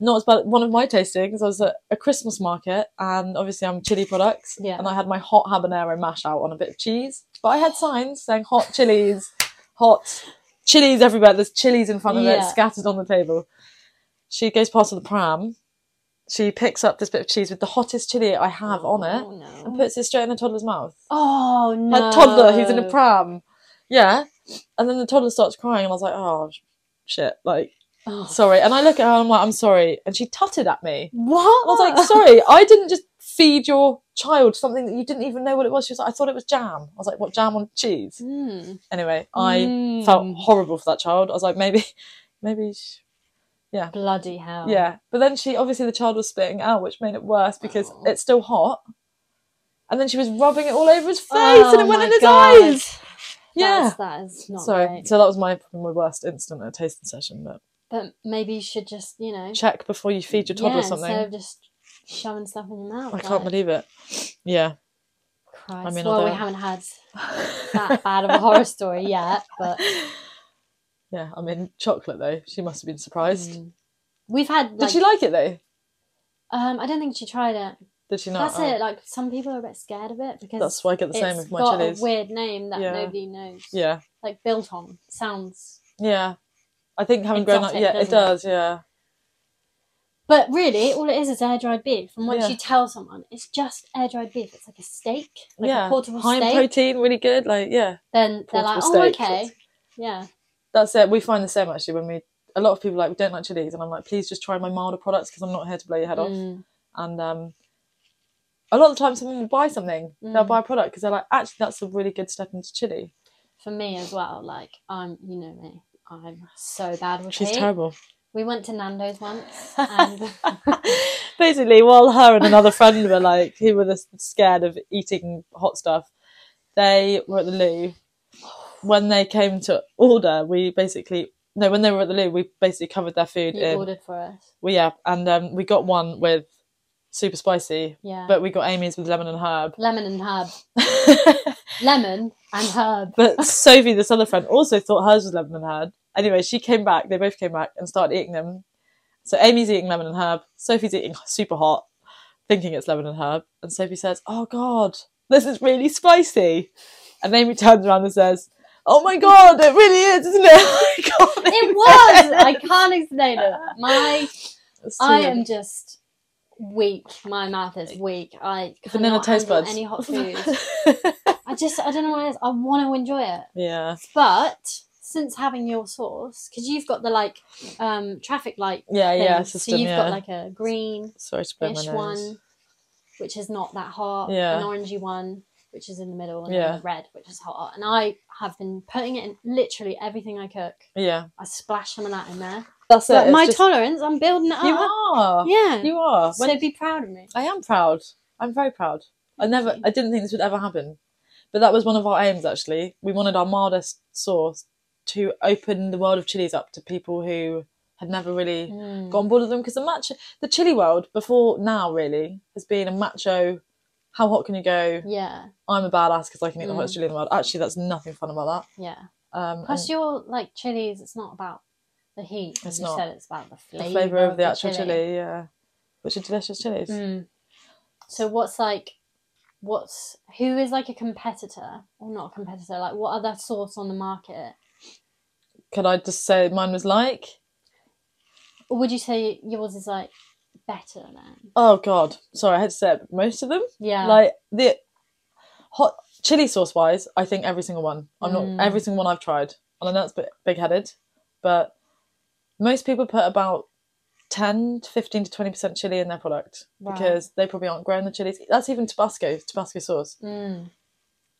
[SPEAKER 1] not as bad. One of my tastings, I was at a Christmas market, and obviously I'm chili products,
[SPEAKER 2] Yeah.
[SPEAKER 1] and I had my hot habanero mash out on a bit of cheese. But I had signs saying hot chilies, hot chilies everywhere. There's chilies in front of it,
[SPEAKER 2] Yeah.
[SPEAKER 1] scattered on the table. She goes past with the pram. She picks up this bit of cheese with the hottest chili I have on it,
[SPEAKER 2] Oh no.
[SPEAKER 1] and puts it straight in a toddler's mouth.
[SPEAKER 2] Oh no!
[SPEAKER 1] A toddler who's in a pram. Yeah, and then the toddler starts crying, and I was like, oh sh- shit, like
[SPEAKER 2] Oh.
[SPEAKER 1] sorry. And I look at her and I'm like, I'm sorry. And she tutted at me.
[SPEAKER 2] What?
[SPEAKER 1] I
[SPEAKER 2] [LAUGHS]
[SPEAKER 1] was like, sorry, I didn't just feed your child something that you didn't even know what it was. She was like, I thought it was jam. I was like, what, jam on cheese?
[SPEAKER 2] Mm.
[SPEAKER 1] Anyway, I
[SPEAKER 2] Mm.
[SPEAKER 1] felt horrible for that child. I was like, maybe, [LAUGHS] maybe, sh
[SPEAKER 2] bloody hell.
[SPEAKER 1] yeah. But then she, obviously, the child was spitting out, which made it worse because
[SPEAKER 2] Oh.
[SPEAKER 1] it's still hot. And then she was rubbing it all over his face
[SPEAKER 2] Oh
[SPEAKER 1] and it went
[SPEAKER 2] my
[SPEAKER 1] in his
[SPEAKER 2] God.
[SPEAKER 1] eyes. Yeah.
[SPEAKER 2] That's, that is not
[SPEAKER 1] So,
[SPEAKER 2] right.
[SPEAKER 1] so that was my my worst incident at a tasting session. But
[SPEAKER 2] But maybe you should just, you know,
[SPEAKER 1] check before you feed your
[SPEAKER 2] yeah,
[SPEAKER 1] toddler something.
[SPEAKER 2] Instead of just shoving stuff in your mouth.
[SPEAKER 1] I
[SPEAKER 2] like,
[SPEAKER 1] can't believe it. Yeah.
[SPEAKER 2] Christ.
[SPEAKER 1] I mean,
[SPEAKER 2] well,
[SPEAKER 1] although-
[SPEAKER 2] we haven't had that bad of a horror story yet, but
[SPEAKER 1] [LAUGHS] Yeah, I mean, chocolate though. She must have been surprised.
[SPEAKER 2] mm. we've had. Like,
[SPEAKER 1] Did she like it though?
[SPEAKER 2] Um, I don't think she tried it.
[SPEAKER 1] Did she not?
[SPEAKER 2] That's
[SPEAKER 1] Oh,
[SPEAKER 2] it. Like some people are a bit scared of it because
[SPEAKER 1] That's why I get the same
[SPEAKER 2] it's
[SPEAKER 1] with my
[SPEAKER 2] got
[SPEAKER 1] chilies.
[SPEAKER 2] a weird name that
[SPEAKER 1] Yeah.
[SPEAKER 2] nobody knows.
[SPEAKER 1] Yeah,
[SPEAKER 2] Like biltong sounds
[SPEAKER 1] yeah. I think having grown up,
[SPEAKER 2] Exotic,
[SPEAKER 1] yeah, it
[SPEAKER 2] doesn't it?
[SPEAKER 1] does. Yeah,
[SPEAKER 2] But really, all it is is air dried beef. And once
[SPEAKER 1] Yeah.
[SPEAKER 2] you tell someone, it's just air dried beef. It's like a steak, like
[SPEAKER 1] yeah.
[SPEAKER 2] a portable
[SPEAKER 1] High in
[SPEAKER 2] steak.
[SPEAKER 1] protein, really good. Like, yeah,
[SPEAKER 2] then they're like,
[SPEAKER 1] portable
[SPEAKER 2] oh,
[SPEAKER 1] steak.
[SPEAKER 2] okay. Yeah.
[SPEAKER 1] that's it. We find the same actually when we. A lot of people like we don't like chilies, and I'm like, please just try my milder products because I'm not here to blow your head off.
[SPEAKER 2] Mm.
[SPEAKER 1] And um, a lot of the time, someone will buy something. They'll
[SPEAKER 2] Mm.
[SPEAKER 1] buy a product because they're like, actually, that's a really good step into chili.
[SPEAKER 2] For me as well, like, I'm, you know me, I'm so bad with
[SPEAKER 1] She's
[SPEAKER 2] heat. [LAUGHS]
[SPEAKER 1] terrible. [LAUGHS]
[SPEAKER 2] We went to Nando's once and [LAUGHS]
[SPEAKER 1] basically, while her and another friend were like, who were the, scared of eating hot stuff, they were at the loo. When they came to order, we basically no. When they were at the loo, we basically covered their food
[SPEAKER 2] you
[SPEAKER 1] in.
[SPEAKER 2] ordered for us.
[SPEAKER 1] We yeah, and um, we got one with super spicy,
[SPEAKER 2] Yeah.
[SPEAKER 1] but we got Amy's with lemon
[SPEAKER 2] [LAUGHS]
[SPEAKER 1] and herb.
[SPEAKER 2] Lemon and herb. Lemon and herb.
[SPEAKER 1] But Sophie, this other friend, also thought hers was lemon and herb. Anyway, she came back. They both came back and started eating them. So Amy's eating lemon and herb. Sophie's eating super hot, thinking it's lemon and herb. And Sophie says, "Oh God, this is really spicy." And Amy turns around and says, "Oh my God, it really is, isn't it?" [LAUGHS] I can't
[SPEAKER 2] It
[SPEAKER 1] [LAUGHS] even-
[SPEAKER 2] was! I can't explain it. My,
[SPEAKER 1] It's too
[SPEAKER 2] I
[SPEAKER 1] good.
[SPEAKER 2] am just weak. My mouth is weak. I
[SPEAKER 1] vanilla
[SPEAKER 2] cannot
[SPEAKER 1] taste
[SPEAKER 2] handle
[SPEAKER 1] buds.
[SPEAKER 2] any
[SPEAKER 1] [LAUGHS]
[SPEAKER 2] hot food. I just, I don't know what it is. I want to enjoy it.
[SPEAKER 1] yeah,
[SPEAKER 2] But since having your sauce, because you've got the like um traffic light,
[SPEAKER 1] yeah,
[SPEAKER 2] thing,
[SPEAKER 1] yeah. System,
[SPEAKER 2] so you've
[SPEAKER 1] yeah.
[SPEAKER 2] got like a greenish
[SPEAKER 1] Sorry, to blow my nose.
[SPEAKER 2] one, which is not that hot,
[SPEAKER 1] Yeah.
[SPEAKER 2] an orangey one, which is in the middle, and
[SPEAKER 1] Yeah.
[SPEAKER 2] then the red, which is hot. And I have been putting it in literally everything I cook.
[SPEAKER 1] Yeah,
[SPEAKER 2] I splash some of that in there.
[SPEAKER 1] that's it.
[SPEAKER 2] But
[SPEAKER 1] it's
[SPEAKER 2] my
[SPEAKER 1] just-
[SPEAKER 2] tolerance, I'm building it up.
[SPEAKER 1] You are.
[SPEAKER 2] Yeah.
[SPEAKER 1] You are. When
[SPEAKER 2] so be proud of me.
[SPEAKER 1] I am proud. I'm very proud. I
[SPEAKER 2] Thank
[SPEAKER 1] never,
[SPEAKER 2] you.
[SPEAKER 1] I didn't think this would ever happen, but that was one of our aims. Actually, we wanted our mildest sauce to open the world of chilies up to people who had never really
[SPEAKER 2] Mm.
[SPEAKER 1] got on board with them because the match, the chili world before now really has been a macho. How hot can you go?
[SPEAKER 2] Yeah,
[SPEAKER 1] I'm a badass because I can eat the
[SPEAKER 2] Mm.
[SPEAKER 1] hottest chili in the world. Actually, that's nothing fun about
[SPEAKER 2] yeah.
[SPEAKER 1] that. Um,
[SPEAKER 2] Plus,
[SPEAKER 1] and
[SPEAKER 2] your like chilies, it's not about the heat. as
[SPEAKER 1] It's
[SPEAKER 2] you
[SPEAKER 1] not.
[SPEAKER 2] said it's about the flavor,
[SPEAKER 1] the flavour of the actual chili. yeah, which are delicious chilies.
[SPEAKER 2] Mm. So what's like, what's who is like a competitor or not a competitor? Like what other sauce on the market?
[SPEAKER 1] Can I just say mine was like?
[SPEAKER 2] Or would you say yours is like better than?
[SPEAKER 1] Oh God, sorry, I had to say it, but most of them.
[SPEAKER 2] Yeah,
[SPEAKER 1] like the hot chili sauce wise i think every single one i'm
[SPEAKER 2] Mm.
[SPEAKER 1] not every single one i've tried and i know that's a bit big headed but most people put about 10 to 15 to 20 percent chili in their product
[SPEAKER 2] Wow.
[SPEAKER 1] because they probably aren't growing the chilies that's even tabasco tabasco sauce
[SPEAKER 2] Mm.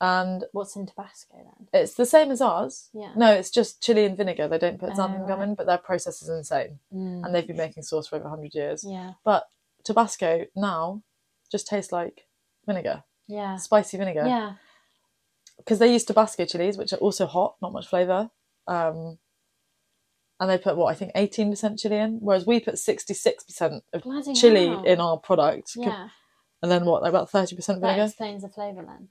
[SPEAKER 1] and
[SPEAKER 2] what's in Tabasco then?
[SPEAKER 1] it's the same as ours
[SPEAKER 2] Yeah.
[SPEAKER 1] no it's just chili and vinegar they don't put
[SPEAKER 2] Oh,
[SPEAKER 1] xanthan gum
[SPEAKER 2] right.
[SPEAKER 1] in but their process is insane
[SPEAKER 2] Mm.
[SPEAKER 1] and they've been making sauce for over 100 years
[SPEAKER 2] yeah,
[SPEAKER 1] but tabasco now just tastes like vinegar
[SPEAKER 2] Yeah.
[SPEAKER 1] spicy vinegar.
[SPEAKER 2] Yeah.
[SPEAKER 1] because they use Tabasco chilies, which are also hot, not much flavour. Um, and they put what I think eighteen percent chili in, whereas we put sixty six percent of
[SPEAKER 2] Bloody
[SPEAKER 1] chili
[SPEAKER 2] hell.
[SPEAKER 1] in our product,
[SPEAKER 2] Yeah.
[SPEAKER 1] and then what about thirty percent
[SPEAKER 2] That
[SPEAKER 1] vinegar?
[SPEAKER 2] explains the flavour then.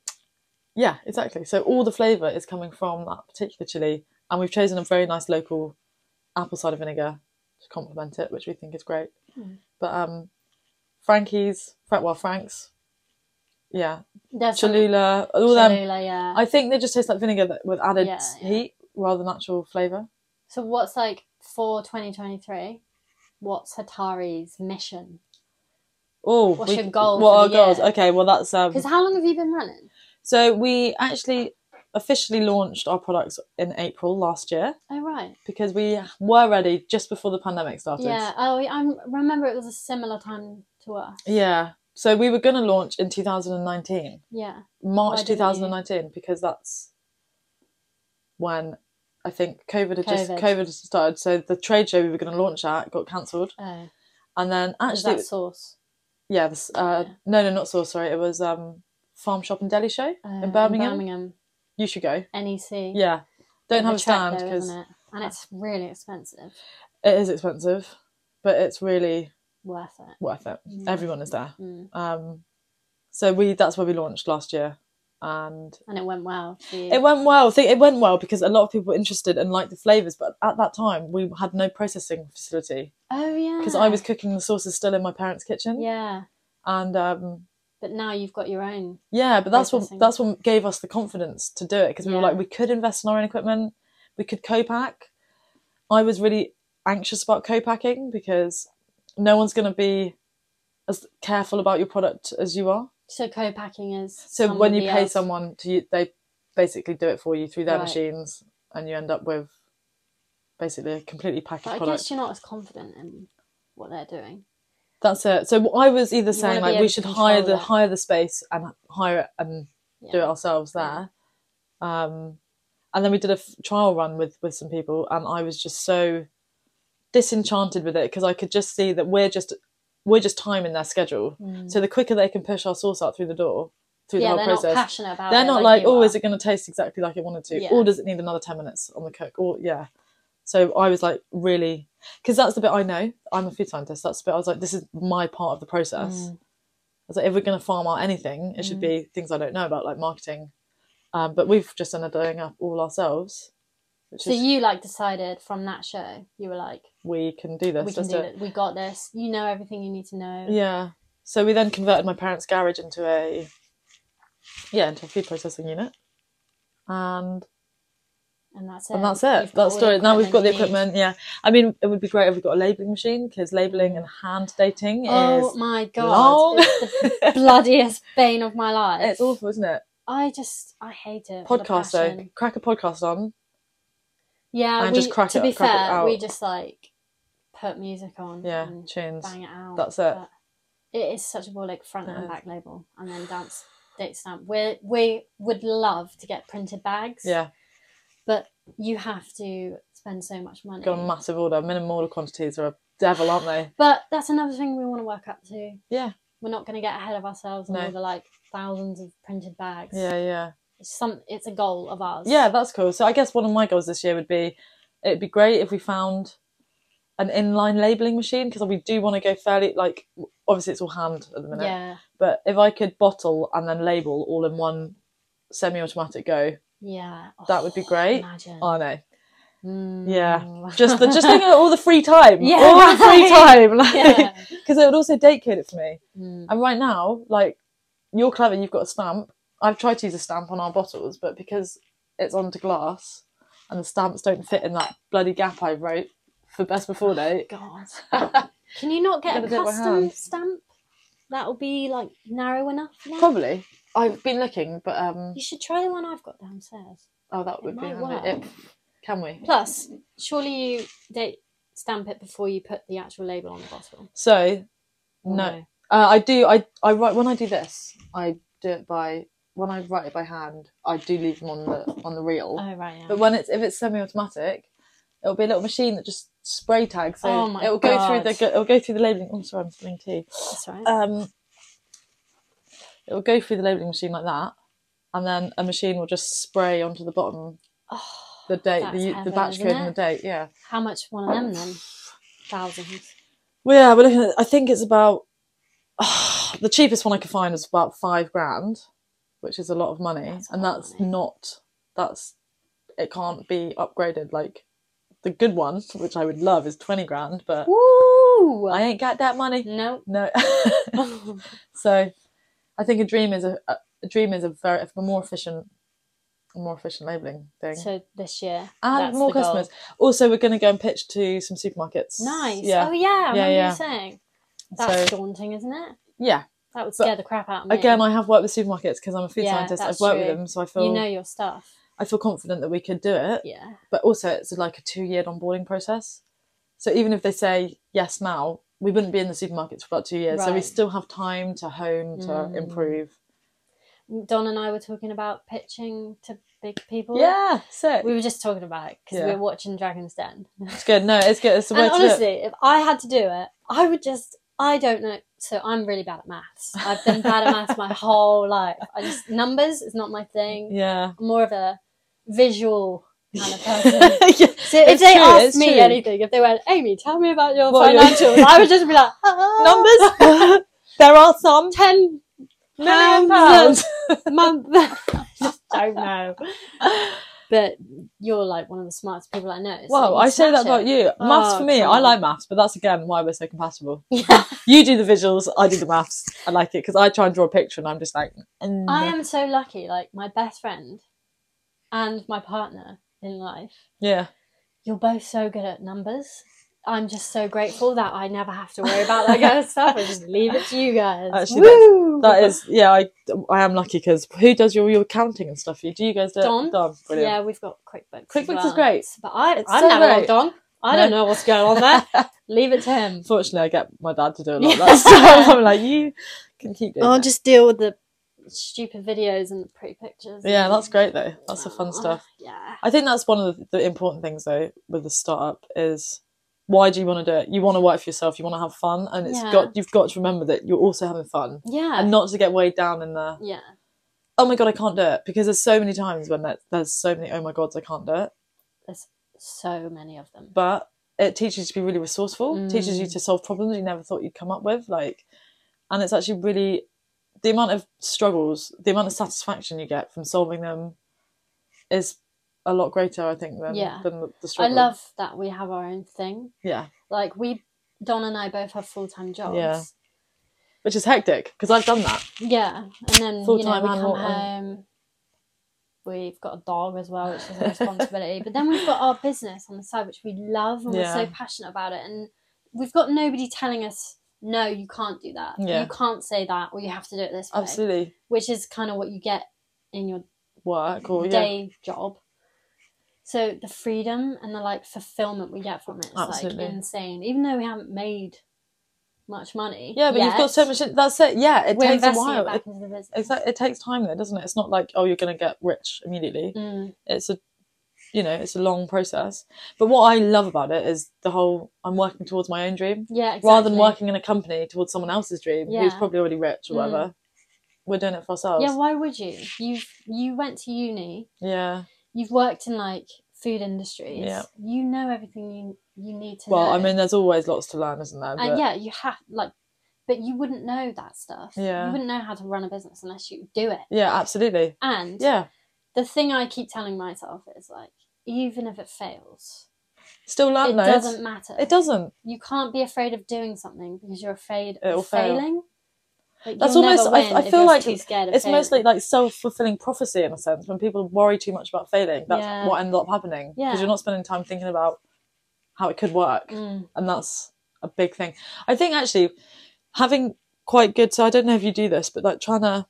[SPEAKER 1] Yeah, exactly. So all the flavour is coming from that particular chili, and we've chosen a very nice local apple cider vinegar to complement it, which we think is great.
[SPEAKER 2] Hmm.
[SPEAKER 1] But um, Frankie's, Fra- well Frank's, yeah,
[SPEAKER 2] There's some-
[SPEAKER 1] Cholula, all them.
[SPEAKER 2] Cholula, yeah.
[SPEAKER 1] I think they just taste like vinegar that, with added
[SPEAKER 2] Yeah, yeah.
[SPEAKER 1] heat rather than actual flavour.
[SPEAKER 2] So what's like for 2023? What's Hatari's mission?
[SPEAKER 1] Oh,
[SPEAKER 2] What's your goal
[SPEAKER 1] What
[SPEAKER 2] for
[SPEAKER 1] are our
[SPEAKER 2] the
[SPEAKER 1] goals?
[SPEAKER 2] year?
[SPEAKER 1] Okay, well that's um.
[SPEAKER 2] Because how long have you been running?
[SPEAKER 1] So we actually officially launched our products in April last year
[SPEAKER 2] Oh right,
[SPEAKER 1] because we were ready just before the pandemic started.
[SPEAKER 2] yeah. Oh, I I'm- remember it was a similar time to us.
[SPEAKER 1] Yeah. So we were going to launch in 2019,
[SPEAKER 2] Yeah, Why
[SPEAKER 1] March
[SPEAKER 2] didn't you?
[SPEAKER 1] 2019, because that's when I think COVID had just
[SPEAKER 2] COVID.
[SPEAKER 1] COVID had started. So the trade show we were going to launch at got cancelled,
[SPEAKER 2] oh,
[SPEAKER 1] and then
[SPEAKER 2] was
[SPEAKER 1] actually,
[SPEAKER 2] that source?
[SPEAKER 1] yeah, this, uh,
[SPEAKER 2] Yeah.
[SPEAKER 1] no, no, not so sorry. It was um, farm shop and deli show
[SPEAKER 2] Uh,
[SPEAKER 1] in Birmingham.
[SPEAKER 2] Birmingham, E
[SPEAKER 1] You should go.
[SPEAKER 2] NEC.
[SPEAKER 1] Yeah, don't have a
[SPEAKER 2] The track
[SPEAKER 1] stand
[SPEAKER 2] though,
[SPEAKER 1] because
[SPEAKER 2] isn't it? and it's really expensive.
[SPEAKER 1] it is expensive, but it's really
[SPEAKER 2] Worth it.
[SPEAKER 1] worth it.
[SPEAKER 2] Mm.
[SPEAKER 1] Everyone is there.
[SPEAKER 2] Mm.
[SPEAKER 1] Um, so we that's where we launched last year, and
[SPEAKER 2] And it went well. for you.
[SPEAKER 1] it went well. I think it went well because a lot of people were interested and liked the flavors. But at that time, we had no processing facility
[SPEAKER 2] oh yeah.
[SPEAKER 1] because I was cooking the sauces still in my parents' kitchen,
[SPEAKER 2] Yeah,
[SPEAKER 1] and um,
[SPEAKER 2] but now you've got your own.
[SPEAKER 1] yeah, but that's
[SPEAKER 2] Processing.
[SPEAKER 1] what that's what gave us the confidence to do it because we were
[SPEAKER 2] Yeah.
[SPEAKER 1] like we could invest in our own equipment, we could co-pack. I was really anxious about co-packing because no one's going to be as careful about your product as you are.
[SPEAKER 2] So co-packing is.
[SPEAKER 1] So when you
[SPEAKER 2] somebody
[SPEAKER 1] pay
[SPEAKER 2] else-
[SPEAKER 1] someone to you, they basically do it for you through their
[SPEAKER 2] Right.
[SPEAKER 1] machines, and you end up with basically a completely packaged
[SPEAKER 2] but I
[SPEAKER 1] product.
[SPEAKER 2] guess you're not as confident in what they're doing.
[SPEAKER 1] That's it. So I was either
[SPEAKER 2] You wanna
[SPEAKER 1] saying
[SPEAKER 2] be
[SPEAKER 1] like
[SPEAKER 2] able
[SPEAKER 1] we
[SPEAKER 2] to
[SPEAKER 1] should
[SPEAKER 2] control
[SPEAKER 1] hire the
[SPEAKER 2] that.
[SPEAKER 1] hire the space and hire it and
[SPEAKER 2] Yeah.
[SPEAKER 1] do it ourselves
[SPEAKER 2] Yeah.
[SPEAKER 1] there. Um, and then we did a f- trial run with with some people, and I was just so disenchanted with it because I could just see that we're just we're just timing their schedule.
[SPEAKER 2] Mm.
[SPEAKER 1] So the quicker they can push our sauce out through the door, through
[SPEAKER 2] yeah,
[SPEAKER 1] the whole
[SPEAKER 2] they're
[SPEAKER 1] process,
[SPEAKER 2] not passionate about
[SPEAKER 1] they're
[SPEAKER 2] it.
[SPEAKER 1] not like,
[SPEAKER 2] you
[SPEAKER 1] oh,
[SPEAKER 2] are.
[SPEAKER 1] is it going to taste exactly like it wanted to,
[SPEAKER 2] Yeah.
[SPEAKER 1] or does it need another ten minutes on the cook? Or yeah. So I was like, really, because that's the bit I know. I'm a food scientist. That's the bit I was like, this is my part of the process.
[SPEAKER 2] Mm.
[SPEAKER 1] I was like, if we're going to farm out anything, it should be things I don't know about, like marketing. Um, but we've just ended up doing up all ourselves, which
[SPEAKER 2] So
[SPEAKER 1] is
[SPEAKER 2] you like decided from that show, you were like,
[SPEAKER 1] we can do this.
[SPEAKER 2] we can
[SPEAKER 1] let's
[SPEAKER 2] do
[SPEAKER 1] do it.
[SPEAKER 2] it. We got this. You know everything you need to know.
[SPEAKER 1] Yeah. So we then converted my parents' garage into a yeah into a food processing unit, and
[SPEAKER 2] And that's it.
[SPEAKER 1] and that's
[SPEAKER 2] You've
[SPEAKER 1] it.
[SPEAKER 2] got all
[SPEAKER 1] That's
[SPEAKER 2] the
[SPEAKER 1] story. Now we've got the
[SPEAKER 2] you need.
[SPEAKER 1] equipment. Yeah, I mean, it would be great if we got a labeling machine because labeling and hand dating
[SPEAKER 2] Oh
[SPEAKER 1] is
[SPEAKER 2] my god.
[SPEAKER 1] long.
[SPEAKER 2] It's
[SPEAKER 1] [LAUGHS]
[SPEAKER 2] the bloodiest bane of my life.
[SPEAKER 1] it's awful, isn't it?
[SPEAKER 2] I just I hate it. with a
[SPEAKER 1] Podcast though,
[SPEAKER 2] passion.
[SPEAKER 1] crack a podcast on.
[SPEAKER 2] Yeah,
[SPEAKER 1] And
[SPEAKER 2] we,
[SPEAKER 1] just crack
[SPEAKER 2] to
[SPEAKER 1] it-
[SPEAKER 2] be
[SPEAKER 1] crack it
[SPEAKER 2] fair, we
[SPEAKER 1] out.
[SPEAKER 2] just like put music on
[SPEAKER 1] Yeah,
[SPEAKER 2] and
[SPEAKER 1] tunes.
[SPEAKER 2] bang it out.
[SPEAKER 1] That's it.
[SPEAKER 2] but It is such a ball like front
[SPEAKER 1] It
[SPEAKER 2] and
[SPEAKER 1] is.
[SPEAKER 2] back label and then dance date stamp. We we would love to get printed bags.
[SPEAKER 1] Yeah,
[SPEAKER 2] but you have to spend so much money.
[SPEAKER 1] got a massive order. Minimum order quantities are a devil, aren't they?
[SPEAKER 2] But that's another thing we want to work up to.
[SPEAKER 1] Yeah.
[SPEAKER 2] We're not going to get ahead of ourselves and
[SPEAKER 1] No.
[SPEAKER 2] all the like thousands of printed bags.
[SPEAKER 1] Yeah, yeah,
[SPEAKER 2] It's some it's a goal of ours.
[SPEAKER 1] yeah. That's cool. So I guess one of my goals this year would be, it'd be great if we found an inline labeling machine because we do want to go fairly like obviously it's all hand at the minute.
[SPEAKER 2] Yeah.
[SPEAKER 1] But if I could bottle and then label all in one semi-automatic go,
[SPEAKER 2] Yeah. Oh,
[SPEAKER 1] That would be great.
[SPEAKER 2] Imagine.
[SPEAKER 1] I know.
[SPEAKER 2] Mm.
[SPEAKER 1] yeah. Just the
[SPEAKER 2] [LAUGHS]
[SPEAKER 1] just think of all the free time.
[SPEAKER 2] Yeah,
[SPEAKER 1] all the free
[SPEAKER 2] right.
[SPEAKER 1] time. [LAUGHS] Like,
[SPEAKER 2] yeah.
[SPEAKER 1] Because it would also date code it for me.
[SPEAKER 2] Mm.
[SPEAKER 1] And right now, like you're clever, you've got a stamp. I've tried to use a stamp on our bottles, but because it's onto glass and the stamps don't fit in that bloody gap I wrote for best before
[SPEAKER 2] [LAUGHS]
[SPEAKER 1] date.
[SPEAKER 2] God. Can you not get
[SPEAKER 1] Gotta
[SPEAKER 2] a
[SPEAKER 1] do it by
[SPEAKER 2] custom
[SPEAKER 1] hand.
[SPEAKER 2] stamp? That'll be like narrow enough. Now?
[SPEAKER 1] Probably. I've been looking, but um
[SPEAKER 2] You should try the one I've got downstairs.
[SPEAKER 1] oh that
[SPEAKER 2] It
[SPEAKER 1] would be
[SPEAKER 2] might
[SPEAKER 1] handy.
[SPEAKER 2] work.
[SPEAKER 1] It- Can we?
[SPEAKER 2] Plus, surely you date stamp it before you put the actual label on the bottle.
[SPEAKER 1] So
[SPEAKER 2] Or
[SPEAKER 1] no. Uh, I do. I I write when I do this. I do it by when I write it by hand. I do leave them on the on the reel.
[SPEAKER 2] Oh right, yeah.
[SPEAKER 1] But when it's if it's semi-automatic, it'll be a little machine that just spray tags. So
[SPEAKER 2] Oh my
[SPEAKER 1] it'll go through
[SPEAKER 2] God.
[SPEAKER 1] uh, the go- it'll go through the labeling. Oh, sorry, I'm spilling tea.
[SPEAKER 2] That's right.
[SPEAKER 1] Um, it'll go through the labelling machine like that, and then a machine will just spray onto the bottom
[SPEAKER 2] Oh,
[SPEAKER 1] the date,
[SPEAKER 2] That's
[SPEAKER 1] the, u- the
[SPEAKER 2] heaven,
[SPEAKER 1] batch
[SPEAKER 2] isn't
[SPEAKER 1] code, and the
[SPEAKER 2] it?
[SPEAKER 1] date. Yeah.
[SPEAKER 2] how much one of them then? Thousands.
[SPEAKER 1] Well, yeah, we're looking at. I think it's about [SIGHS] the cheapest one I could find was about five grand, which is a lot of money,
[SPEAKER 2] That's a
[SPEAKER 1] and
[SPEAKER 2] lot of
[SPEAKER 1] that's
[SPEAKER 2] money.
[SPEAKER 1] not that's it can't be upgraded. Like the good one, which I would love, is twenty grand, but
[SPEAKER 2] Woo!
[SPEAKER 1] I ain't got that money.
[SPEAKER 2] no. [LAUGHS]
[SPEAKER 1] No, [LAUGHS] so I think a dream is a, a, a dream is a very a more efficient, a more efficient labeling thing.
[SPEAKER 2] so this year
[SPEAKER 1] and
[SPEAKER 2] that's
[SPEAKER 1] more
[SPEAKER 2] the goal.
[SPEAKER 1] customers. Also, we're going to go and pitch to some supermarkets.
[SPEAKER 2] Nice.
[SPEAKER 1] Yeah.
[SPEAKER 2] Oh yeah. I remember
[SPEAKER 1] yeah.
[SPEAKER 2] you saying
[SPEAKER 1] so
[SPEAKER 2] that's daunting, isn't it?
[SPEAKER 1] yeah.
[SPEAKER 2] That would
[SPEAKER 1] But,
[SPEAKER 2] scare the crap out of me.
[SPEAKER 1] Again, I have worked with supermarkets because I'm a food
[SPEAKER 2] Yeah,
[SPEAKER 1] scientist. I've
[SPEAKER 2] that's
[SPEAKER 1] worked
[SPEAKER 2] true.
[SPEAKER 1] with them, so I feel
[SPEAKER 2] you know your stuff.
[SPEAKER 1] I feel confident that we could do it.
[SPEAKER 2] Yeah.
[SPEAKER 1] But also, it's like a two-year onboarding process. So even if they say yes now, we wouldn't be in the supermarkets for about two years. So we
[SPEAKER 2] Right.
[SPEAKER 1] still have time to hone to
[SPEAKER 2] Mm.
[SPEAKER 1] improve.
[SPEAKER 2] Don and I were talking about pitching to big people.
[SPEAKER 1] Yeah, sick.
[SPEAKER 2] We were just talking about it because
[SPEAKER 1] Yeah.
[SPEAKER 2] we were watching Dragon's Den.
[SPEAKER 1] It's good. No, it's good. It's the way
[SPEAKER 2] and
[SPEAKER 1] to do it.
[SPEAKER 2] honestly, if I had to do it, I would just. I don't know. So I'm really bad at maths. I've been bad at maths my whole life. I just numbers is not my thing.
[SPEAKER 1] Yeah.
[SPEAKER 2] I'm more of a visual kind of
[SPEAKER 1] [LAUGHS]
[SPEAKER 2] person.
[SPEAKER 1] yeah.
[SPEAKER 2] So if
[SPEAKER 1] It's
[SPEAKER 2] they
[SPEAKER 1] true,
[SPEAKER 2] asked
[SPEAKER 1] it's
[SPEAKER 2] me
[SPEAKER 1] true.
[SPEAKER 2] anything, if they went, Amy, tell me about your
[SPEAKER 1] What are your-
[SPEAKER 2] financials, I would just be like, "Ah,
[SPEAKER 1] [LAUGHS]
[SPEAKER 2] [LAUGHS]
[SPEAKER 1] Numbers. there are some
[SPEAKER 2] ten
[SPEAKER 1] million
[SPEAKER 2] pounds
[SPEAKER 1] pounds. [LAUGHS]
[SPEAKER 2] a month. [LAUGHS] I just don't know. But you're like one of the smartest people I know. so
[SPEAKER 1] Wow,
[SPEAKER 2] you
[SPEAKER 1] I say that
[SPEAKER 2] smash it.
[SPEAKER 1] about you. maths
[SPEAKER 2] Oh,
[SPEAKER 1] for me,
[SPEAKER 2] come
[SPEAKER 1] I
[SPEAKER 2] on.
[SPEAKER 1] like maths, but that's again why we're so compatible. [LAUGHS]
[SPEAKER 2] Yeah.
[SPEAKER 1] You do the visuals, I do the maths. I like it because I try and draw a picture, and I'm just like, mm.
[SPEAKER 2] I am so lucky. Like my best friend and my partner in life, [LAUGHS]
[SPEAKER 1] yeah,
[SPEAKER 2] you're both so good at numbers. I'm just so grateful that I never have to worry about that kind
[SPEAKER 1] [LAUGHS]
[SPEAKER 2] of stuff. I just leave it to you guys.
[SPEAKER 1] Actually, that's-
[SPEAKER 2] Woo!
[SPEAKER 1] that is yeah. I I am lucky because who does your your accounting and stuff? You do you guys do it?
[SPEAKER 2] Don.
[SPEAKER 1] Don, brilliant.
[SPEAKER 2] Yeah, we've got QuickBooks.
[SPEAKER 1] QuickBooks
[SPEAKER 2] as
[SPEAKER 1] is
[SPEAKER 2] well.
[SPEAKER 1] great.
[SPEAKER 2] but I,
[SPEAKER 1] It's
[SPEAKER 2] I'm
[SPEAKER 1] so
[SPEAKER 2] never logged
[SPEAKER 1] great.
[SPEAKER 2] on. I don't know what's going on there.
[SPEAKER 1] [LAUGHS]
[SPEAKER 2] Leave it to him.
[SPEAKER 1] Unfortunately, I get my dad to do a lot of that [LAUGHS] stuff. I'm like, you can keep doing. that."
[SPEAKER 2] Oh, just deal with the stupid videos and the pretty pictures.
[SPEAKER 1] Yeah,
[SPEAKER 2] and-
[SPEAKER 1] that's great though. That's the
[SPEAKER 2] Oh,
[SPEAKER 1] fun stuff.
[SPEAKER 2] Yeah,
[SPEAKER 1] I think that's one of the, the important things though with the startup is why do you want to do it? You want to work for yourself. You want to have fun, and it's
[SPEAKER 2] Yeah.
[SPEAKER 1] got you've got to remember that you're also having fun
[SPEAKER 2] yeah,
[SPEAKER 1] and not to get weighed down in the
[SPEAKER 2] yeah.
[SPEAKER 1] oh my god I can't do it because there's so many times when there, there's so many oh my gods I can't do it.
[SPEAKER 2] So many of them.
[SPEAKER 1] But it teaches you to be really resourceful.
[SPEAKER 2] Mm.
[SPEAKER 1] Teaches you to solve problems you never thought you'd come up with. Like, and it's actually really the amount of struggles, the amount of satisfaction you get from solving them is a lot greater I think than
[SPEAKER 2] Yeah.
[SPEAKER 1] than the, the
[SPEAKER 2] I
[SPEAKER 1] struggle.
[SPEAKER 2] love that we have our own thing.
[SPEAKER 1] yeah.
[SPEAKER 2] Like we, Don and I both have full time jobs.
[SPEAKER 1] Yeah. which is hectic because I've done that.
[SPEAKER 2] Yeah, and then you know
[SPEAKER 1] Full-time
[SPEAKER 2] we come
[SPEAKER 1] and what-
[SPEAKER 2] home. We've got a dog as well, which is a responsibility. but then we've got our business on the side, which we love and we're
[SPEAKER 1] Yeah.
[SPEAKER 2] so passionate about it. And we've got nobody telling us, no, you can't do that.
[SPEAKER 1] Yeah.
[SPEAKER 2] You can't say that, or you have to do it this way.
[SPEAKER 1] Absolutely,
[SPEAKER 2] Which is kind of what you get in your
[SPEAKER 1] work or yeah,
[SPEAKER 2] day job. So the freedom and the like fulfillment we get from it is
[SPEAKER 1] Absolutely.
[SPEAKER 2] like insane. Even though we haven't made much money.
[SPEAKER 1] yeah. But you've got
[SPEAKER 2] yet,
[SPEAKER 1] so much. That's it. Yeah, it
[SPEAKER 2] we're
[SPEAKER 1] takes a
[SPEAKER 2] investing it
[SPEAKER 1] while.
[SPEAKER 2] back
[SPEAKER 1] It,
[SPEAKER 2] into the business.
[SPEAKER 1] exactly, it takes time though, doesn't it? It's not like oh, you're going to get rich immediately.
[SPEAKER 2] Mm.
[SPEAKER 1] It's a you know, it's a long process. But what I love about it is the whole I'm working towards my own dream
[SPEAKER 2] Yeah, exactly.
[SPEAKER 1] rather than working in a company towards someone else's dream who's
[SPEAKER 2] Yeah.
[SPEAKER 1] probably already rich or
[SPEAKER 2] Mm.
[SPEAKER 1] whatever. We're doing it for ourselves.
[SPEAKER 2] Yeah, why would you? You you went to uni.
[SPEAKER 1] Yeah.
[SPEAKER 2] You've worked in like food industries.
[SPEAKER 1] Yeah.
[SPEAKER 2] You know everything you you need to
[SPEAKER 1] Well,
[SPEAKER 2] know.
[SPEAKER 1] I mean, there's always lots to learn, isn't there?
[SPEAKER 2] and yeah, you have like, but you wouldn't know that stuff.
[SPEAKER 1] Yeah.
[SPEAKER 2] You wouldn't know how to run a business unless you do it.
[SPEAKER 1] yeah, absolutely.
[SPEAKER 2] And
[SPEAKER 1] Yeah.
[SPEAKER 2] the thing I keep telling myself is like, even if it fails,
[SPEAKER 1] Still learn
[SPEAKER 2] it
[SPEAKER 1] loads.
[SPEAKER 2] doesn't matter.
[SPEAKER 1] It doesn't.
[SPEAKER 2] You can't be afraid of doing something because you're afraid
[SPEAKER 1] It'll
[SPEAKER 2] of
[SPEAKER 1] fail.
[SPEAKER 2] failing. Like,
[SPEAKER 1] That's
[SPEAKER 2] you'll never
[SPEAKER 1] almost- I-
[SPEAKER 2] win
[SPEAKER 1] I
[SPEAKER 2] if
[SPEAKER 1] feel
[SPEAKER 2] you're
[SPEAKER 1] like
[SPEAKER 2] too scared of
[SPEAKER 1] it's
[SPEAKER 2] failing.
[SPEAKER 1] mostly like self-fulfilling prophecy in a sense when people worry too much about failing that's
[SPEAKER 2] Yeah.
[SPEAKER 1] what ends up happening because
[SPEAKER 2] Yeah.
[SPEAKER 1] you're not spending time thinking about how it could work
[SPEAKER 2] Mm.
[SPEAKER 1] and that's a big thing i think actually having quite good so i don't know if you do this but like trying to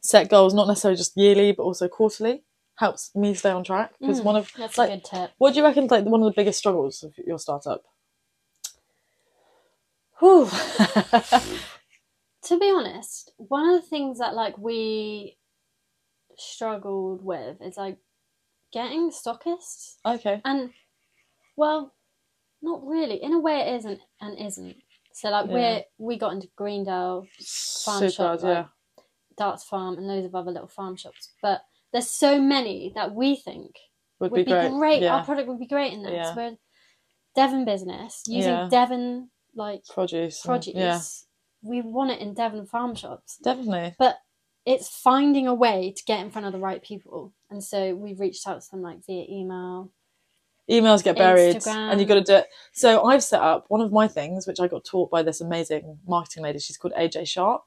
[SPEAKER 1] set goals not necessarily just yearly but also quarterly helps me stay on track because
[SPEAKER 2] Mm.
[SPEAKER 1] one of
[SPEAKER 2] That's
[SPEAKER 1] like
[SPEAKER 2] a good tip.
[SPEAKER 1] what do you reckon like one of the biggest struggles of your startup
[SPEAKER 2] Whew. to be honest, one of the things that like we struggled with is like getting stockists
[SPEAKER 1] [LAUGHS] okay
[SPEAKER 2] and well, not really. In a way it isn't and isn't. So like
[SPEAKER 1] Yeah.
[SPEAKER 2] we're we got into Greendale
[SPEAKER 1] super
[SPEAKER 2] shop,
[SPEAKER 1] yeah
[SPEAKER 2] like- Darts Farm and loads of other little farm shops. But there's so many that we think
[SPEAKER 1] Would,
[SPEAKER 2] would be, great. Our
[SPEAKER 1] Yeah.
[SPEAKER 2] product would be great in that. So
[SPEAKER 1] Yeah.
[SPEAKER 2] we're a Devon business using
[SPEAKER 1] Yeah.
[SPEAKER 2] Devon like
[SPEAKER 1] Produce. and-
[SPEAKER 2] produce.
[SPEAKER 1] Yeah.
[SPEAKER 2] We want it in Devon farm shops.
[SPEAKER 1] Definitely.
[SPEAKER 2] It's finding a way to get in front of the right people. And so we reached out to them like via email.
[SPEAKER 1] emails get buried and you've
[SPEAKER 2] Instagram.
[SPEAKER 1] got to do it so i've set up one of my things which i got taught by this amazing marketing lady she's called aj sharp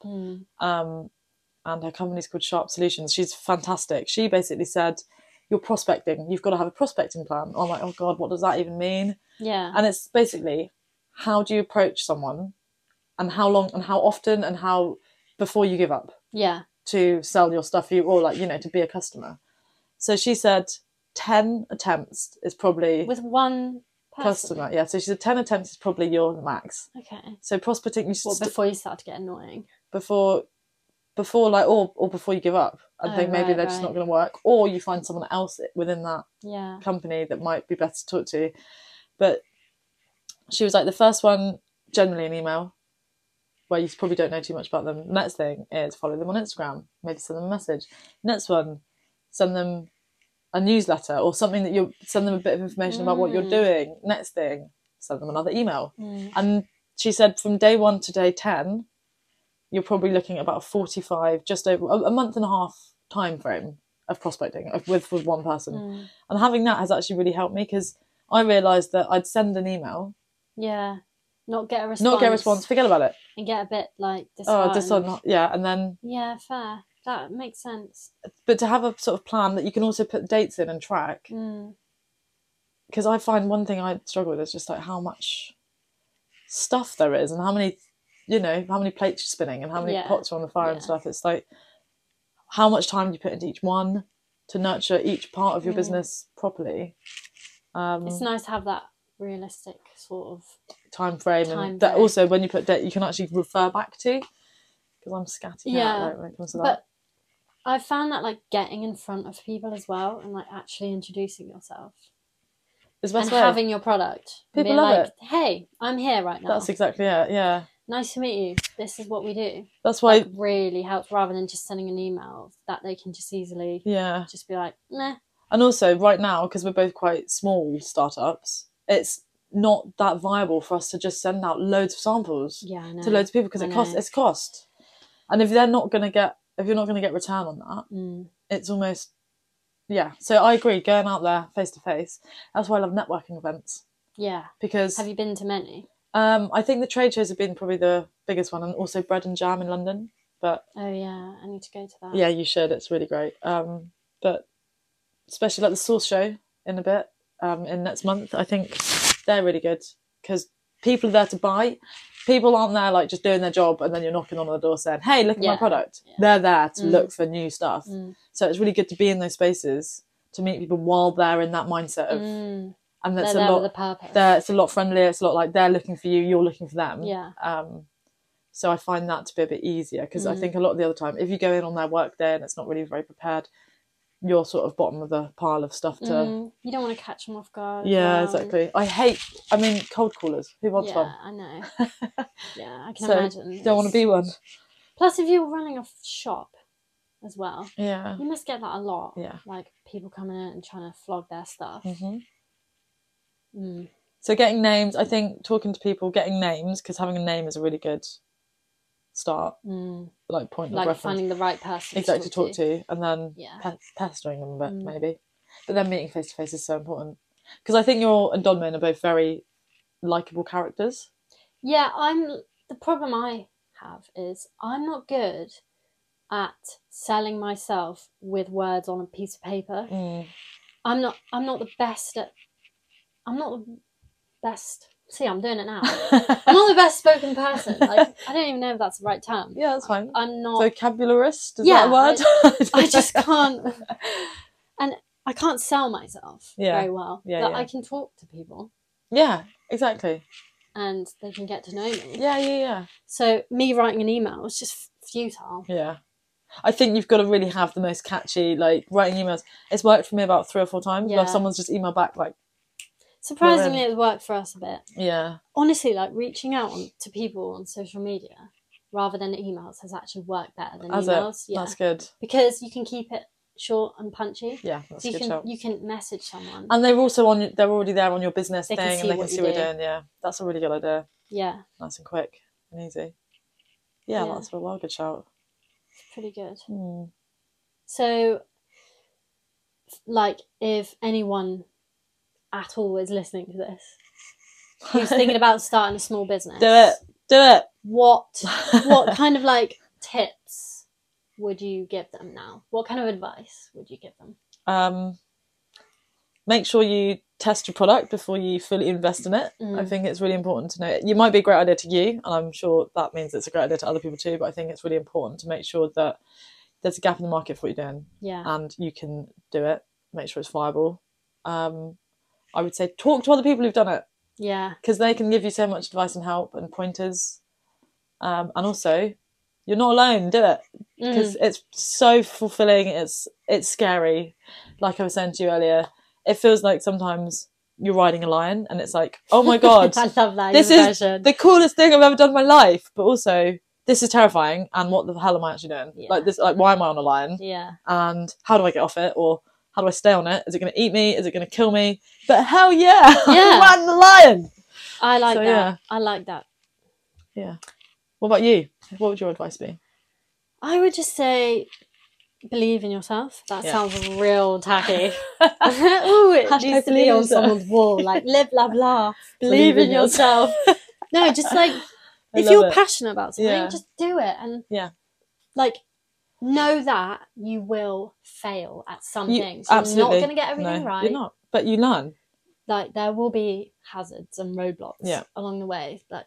[SPEAKER 1] um, and her company's called sharp solutions she's fantastic she basically said you're prospecting you've got to have a prospecting plan i'm like oh god what does that even mean
[SPEAKER 2] Yeah.
[SPEAKER 1] and it's basically how do you approach someone and how long and how often and how before you give up
[SPEAKER 2] Yeah.
[SPEAKER 1] to sell your stuff you or like you know to be a customer so she said 10 attempts is probably
[SPEAKER 2] With one person.
[SPEAKER 1] customer. Yeah, so she said 10 attempts is probably your max.
[SPEAKER 2] Okay.
[SPEAKER 1] So prospecting, you should
[SPEAKER 2] Well,
[SPEAKER 1] st-
[SPEAKER 2] before you start to get annoying.
[SPEAKER 1] before, before like, or, or before you give up and
[SPEAKER 2] Oh,
[SPEAKER 1] think maybe
[SPEAKER 2] right,
[SPEAKER 1] they're just
[SPEAKER 2] right.
[SPEAKER 1] not going to work, or you find someone else within that
[SPEAKER 2] Yeah.
[SPEAKER 1] company that might be better to talk to. But she was like, the first one, generally an email where you probably don't know too much about them. Next thing is follow them on Instagram, maybe send them a message. Next one, send them a newsletter or something that you send them a bit of information about what you're
[SPEAKER 2] Mm.
[SPEAKER 1] doing. Next thing, send them another email.
[SPEAKER 2] Mm.
[SPEAKER 1] And she said from day one to day 10, you're probably looking at about 45, just over a a month and a half time frame of prospecting of- with, with one person.
[SPEAKER 2] Mm.
[SPEAKER 1] And having that has actually really helped me because I realised that I'd send an email,
[SPEAKER 2] Yeah. Not get a response.
[SPEAKER 1] not get a response, forget about it.
[SPEAKER 2] And get a bit like disheartened.
[SPEAKER 1] Oh, just on, yeah. And then,
[SPEAKER 2] Yeah, fair. That makes sense.
[SPEAKER 1] but to have a sort of plan that you can also put dates in and track.
[SPEAKER 2] Mm.
[SPEAKER 1] Because I find one thing I struggle with is just like how much stuff there is and how many, you know, how many plates you're spinning and how many
[SPEAKER 2] Yeah.
[SPEAKER 1] pots are on the fire and
[SPEAKER 2] Yeah.
[SPEAKER 1] stuff. It's like how much time you put into each one to nurture each part of your
[SPEAKER 2] Mm.
[SPEAKER 1] business properly. Um,
[SPEAKER 2] It's nice to have that realistic sort of
[SPEAKER 1] time frame,
[SPEAKER 2] Time
[SPEAKER 1] and that
[SPEAKER 2] frame.
[SPEAKER 1] also when you put date you can actually refer back to because I'm scatty yeah.
[SPEAKER 2] Yeah.
[SPEAKER 1] when it comes to that.
[SPEAKER 2] but I found that like getting in front of people as well and like actually introducing yourself
[SPEAKER 1] it's the best
[SPEAKER 2] and
[SPEAKER 1] way.
[SPEAKER 2] having your product. and being
[SPEAKER 1] People love
[SPEAKER 2] like, Hey, I'm here right now.
[SPEAKER 1] That's exactly it. Yeah,
[SPEAKER 2] nice to meet you. This is what we do.
[SPEAKER 1] that's why.
[SPEAKER 2] It really helps rather than just sending an email that they can just easily
[SPEAKER 1] yeah,
[SPEAKER 2] just be like, nah.
[SPEAKER 1] and also right now because we're both quite small startups, it's not that viable for us to just send out loads of samples
[SPEAKER 2] Yeah, I know.
[SPEAKER 1] to loads of people because
[SPEAKER 2] I
[SPEAKER 1] it costs.
[SPEAKER 2] know.
[SPEAKER 1] It's cost, and if they're not going to get, if you're not going to get return on that,
[SPEAKER 2] Mm.
[SPEAKER 1] it's almost yeah. So I agree. Going out there face to face. That's why I love networking events
[SPEAKER 2] Yeah.
[SPEAKER 1] because
[SPEAKER 2] Have you been to many?
[SPEAKER 1] Um, I think the trade shows have been probably the biggest one, and also Bread and Jam in London. But
[SPEAKER 2] Oh yeah, I need to go to that.
[SPEAKER 1] yeah, you should. It's really great. Um, but especially like the Source Show in a bit um, in next month. I think they're really good because people are there to buy. People aren't there like just doing their job and then you're knocking on the door saying, "Hey, look at my
[SPEAKER 2] Yeah.
[SPEAKER 1] product."
[SPEAKER 2] Yeah.
[SPEAKER 1] They're there to
[SPEAKER 2] Mm.
[SPEAKER 1] look for new stuff.
[SPEAKER 2] Mm.
[SPEAKER 1] So it's really good to be in those spaces to meet people while they're in that mindset of,
[SPEAKER 2] Mm.
[SPEAKER 1] and
[SPEAKER 2] They're
[SPEAKER 1] that's a
[SPEAKER 2] there
[SPEAKER 1] lot.
[SPEAKER 2] with a purpose.
[SPEAKER 1] they're, it's a lot friendlier. It's a lot like they're looking for you, you're looking for them.
[SPEAKER 2] Yeah.
[SPEAKER 1] Um, so I find that to be a bit easier because I
[SPEAKER 2] Mm.
[SPEAKER 1] think a lot of the other time, if you go in on their work day and it's not really very prepared, you're sort of bottom of the pile of stuff to.
[SPEAKER 2] Mm, you don't want to catch them off guard. as
[SPEAKER 1] Yeah,
[SPEAKER 2] well.
[SPEAKER 1] exactly. I hate. I mean, cold callers. Who wants
[SPEAKER 2] yeah,
[SPEAKER 1] one?
[SPEAKER 2] I
[SPEAKER 1] [LAUGHS]
[SPEAKER 2] know. Yeah, I can
[SPEAKER 1] So,
[SPEAKER 2] imagine.
[SPEAKER 1] Don't want to be one.
[SPEAKER 2] Plus, if you're running a f- shop as well,
[SPEAKER 1] Yeah.
[SPEAKER 2] you must get that a lot.
[SPEAKER 1] Yeah.
[SPEAKER 2] Like people coming in and trying to flog their stuff.
[SPEAKER 1] hmm Mm-hmm.
[SPEAKER 2] Mm.
[SPEAKER 1] So getting names, I think talking to people, getting names because having a name is a really good start,
[SPEAKER 2] Mm.
[SPEAKER 1] like point
[SPEAKER 2] Like
[SPEAKER 1] of reference.
[SPEAKER 2] finding the right person
[SPEAKER 1] exactly
[SPEAKER 2] to
[SPEAKER 1] to
[SPEAKER 2] talk to.
[SPEAKER 1] and then
[SPEAKER 2] Yeah.
[SPEAKER 1] pe- pestering them a bit
[SPEAKER 2] Mm.
[SPEAKER 1] maybe but then meeting face to face is so important because i think you're and donman are both very likable characters
[SPEAKER 2] Yeah, I'm. The problem I have is I'm not good at selling myself with words on a piece of paper. I'm not. I'm not the best at. I'm not the best. See, I'm doing it
[SPEAKER 1] [LAUGHS]
[SPEAKER 2] now. I'm not the best spoken person. Like I don't even know if that's the right term.
[SPEAKER 1] [LAUGHS] yeah
[SPEAKER 2] [LAUGHS]
[SPEAKER 1] that's fine
[SPEAKER 2] I'm not.
[SPEAKER 1] vocabularist is
[SPEAKER 2] Yeah,
[SPEAKER 1] that a word [LAUGHS] don't
[SPEAKER 2] I [LAUGHS] just
[SPEAKER 1] know.
[SPEAKER 2] can't. And I can't sell myself
[SPEAKER 1] Yeah.
[SPEAKER 2] very well.
[SPEAKER 1] Yeah,
[SPEAKER 2] but
[SPEAKER 1] yeah.
[SPEAKER 2] I can talk to people
[SPEAKER 1] yeah exactly
[SPEAKER 2] and they can get to know me.
[SPEAKER 1] yeah yeah yeah
[SPEAKER 2] So me writing an email is just futile.
[SPEAKER 1] yeah I think you've got to really have the most catchy, like writing emails. It's worked for me about three or four times.
[SPEAKER 2] Yeah.
[SPEAKER 1] Like someone's just emailed back, like,
[SPEAKER 2] Surprisingly, it worked for us a bit.
[SPEAKER 1] yeah,
[SPEAKER 2] Honestly, like reaching out on- to people on social media rather than emails has actually worked better than
[SPEAKER 1] Has it?
[SPEAKER 2] emails. Yeah,
[SPEAKER 1] That's good.
[SPEAKER 2] because you can keep it short and punchy.
[SPEAKER 1] Yeah, that's
[SPEAKER 2] so
[SPEAKER 1] a
[SPEAKER 2] you
[SPEAKER 1] good
[SPEAKER 2] can
[SPEAKER 1] Um, shout.
[SPEAKER 2] you can message someone.
[SPEAKER 1] And they're also on. They're already there on your business
[SPEAKER 2] They
[SPEAKER 1] thing,
[SPEAKER 2] can see
[SPEAKER 1] and they can
[SPEAKER 2] what you
[SPEAKER 1] see what
[SPEAKER 2] do.
[SPEAKER 1] you're doing. Yeah, that's a really good idea.
[SPEAKER 2] yeah,
[SPEAKER 1] Nice and quick and easy. Yeah,
[SPEAKER 2] Yeah.
[SPEAKER 1] that's a well good shout.
[SPEAKER 2] it's pretty good.
[SPEAKER 1] [LAUGHS] Hmm.
[SPEAKER 2] So, like, if anyone at all is listening to this,
[SPEAKER 1] [LAUGHS]
[SPEAKER 2] who's thinking about starting a small business,
[SPEAKER 1] Do it.
[SPEAKER 2] [LAUGHS]
[SPEAKER 1] Do it. [LAUGHS]
[SPEAKER 2] What what kind of like tips would you give them now? What kind of advice would you give them?
[SPEAKER 1] um, make sure you test your product before you fully invest in it.
[SPEAKER 2] Mm.
[SPEAKER 1] I think it's really important to know. You might be a great idea to you, and I'm sure that means it's a great idea to other people too. But I think it's really important to make sure that there's a gap in the market for what you're doing,
[SPEAKER 2] Yeah,
[SPEAKER 1] and you can do it. Make sure it's viable. Um, I would say talk to other people who've done it
[SPEAKER 2] yeah,
[SPEAKER 1] because they can give you so much advice and help and pointers. Um, and also, you're not alone. Do it because
[SPEAKER 2] mm,
[SPEAKER 1] it's so fulfilling. It's it's scary. Like I was saying to you earlier, it feels like sometimes you're riding a lion, and it's like,
[SPEAKER 2] [LAUGHS]
[SPEAKER 1] oh my god,
[SPEAKER 2] Mm. I love that.
[SPEAKER 1] this
[SPEAKER 2] This
[SPEAKER 1] is the coolest thing I've ever done in my life. But also, this is terrifying. And what the hell am I actually doing?
[SPEAKER 2] Yeah.
[SPEAKER 1] Like this, like why am I on a lion?
[SPEAKER 2] yeah,
[SPEAKER 1] And how do I get off it? Or how do I stay on it? Is it going to eat me? Is it going to kill me? But hell yeah,
[SPEAKER 2] Yeah. [LAUGHS]
[SPEAKER 1] I'm riding the lion.
[SPEAKER 2] I like
[SPEAKER 1] So,
[SPEAKER 2] that.
[SPEAKER 1] yeah.
[SPEAKER 2] I like that.
[SPEAKER 1] What about you? What would your advice be?
[SPEAKER 2] I would just say believe in yourself. That
[SPEAKER 1] Yeah.
[SPEAKER 2] sounds real
[SPEAKER 1] [LAUGHS]
[SPEAKER 2] tacky. [LAUGHS] oh, it
[SPEAKER 1] Hashtag
[SPEAKER 2] needs to
[SPEAKER 1] believe
[SPEAKER 2] be
[SPEAKER 1] in
[SPEAKER 2] on
[SPEAKER 1] yourself.
[SPEAKER 2] someone's wall. Like live, blah,
[SPEAKER 1] [LAUGHS]
[SPEAKER 2] blah. Believe in yourself. no, just like
[SPEAKER 1] I
[SPEAKER 2] [LAUGHS] if
[SPEAKER 1] love
[SPEAKER 2] you're
[SPEAKER 1] it.
[SPEAKER 2] passionate about something,
[SPEAKER 1] Yeah.
[SPEAKER 2] just do it and
[SPEAKER 1] Yeah.
[SPEAKER 2] like know that you will fail at some
[SPEAKER 1] You-
[SPEAKER 2] things. You're
[SPEAKER 1] absolutely.
[SPEAKER 2] not going to get everything
[SPEAKER 1] no,
[SPEAKER 2] right.
[SPEAKER 1] You're not, but you learn.
[SPEAKER 2] Like there will be hazards and roadblocks
[SPEAKER 1] Yeah.
[SPEAKER 2] along the way. Like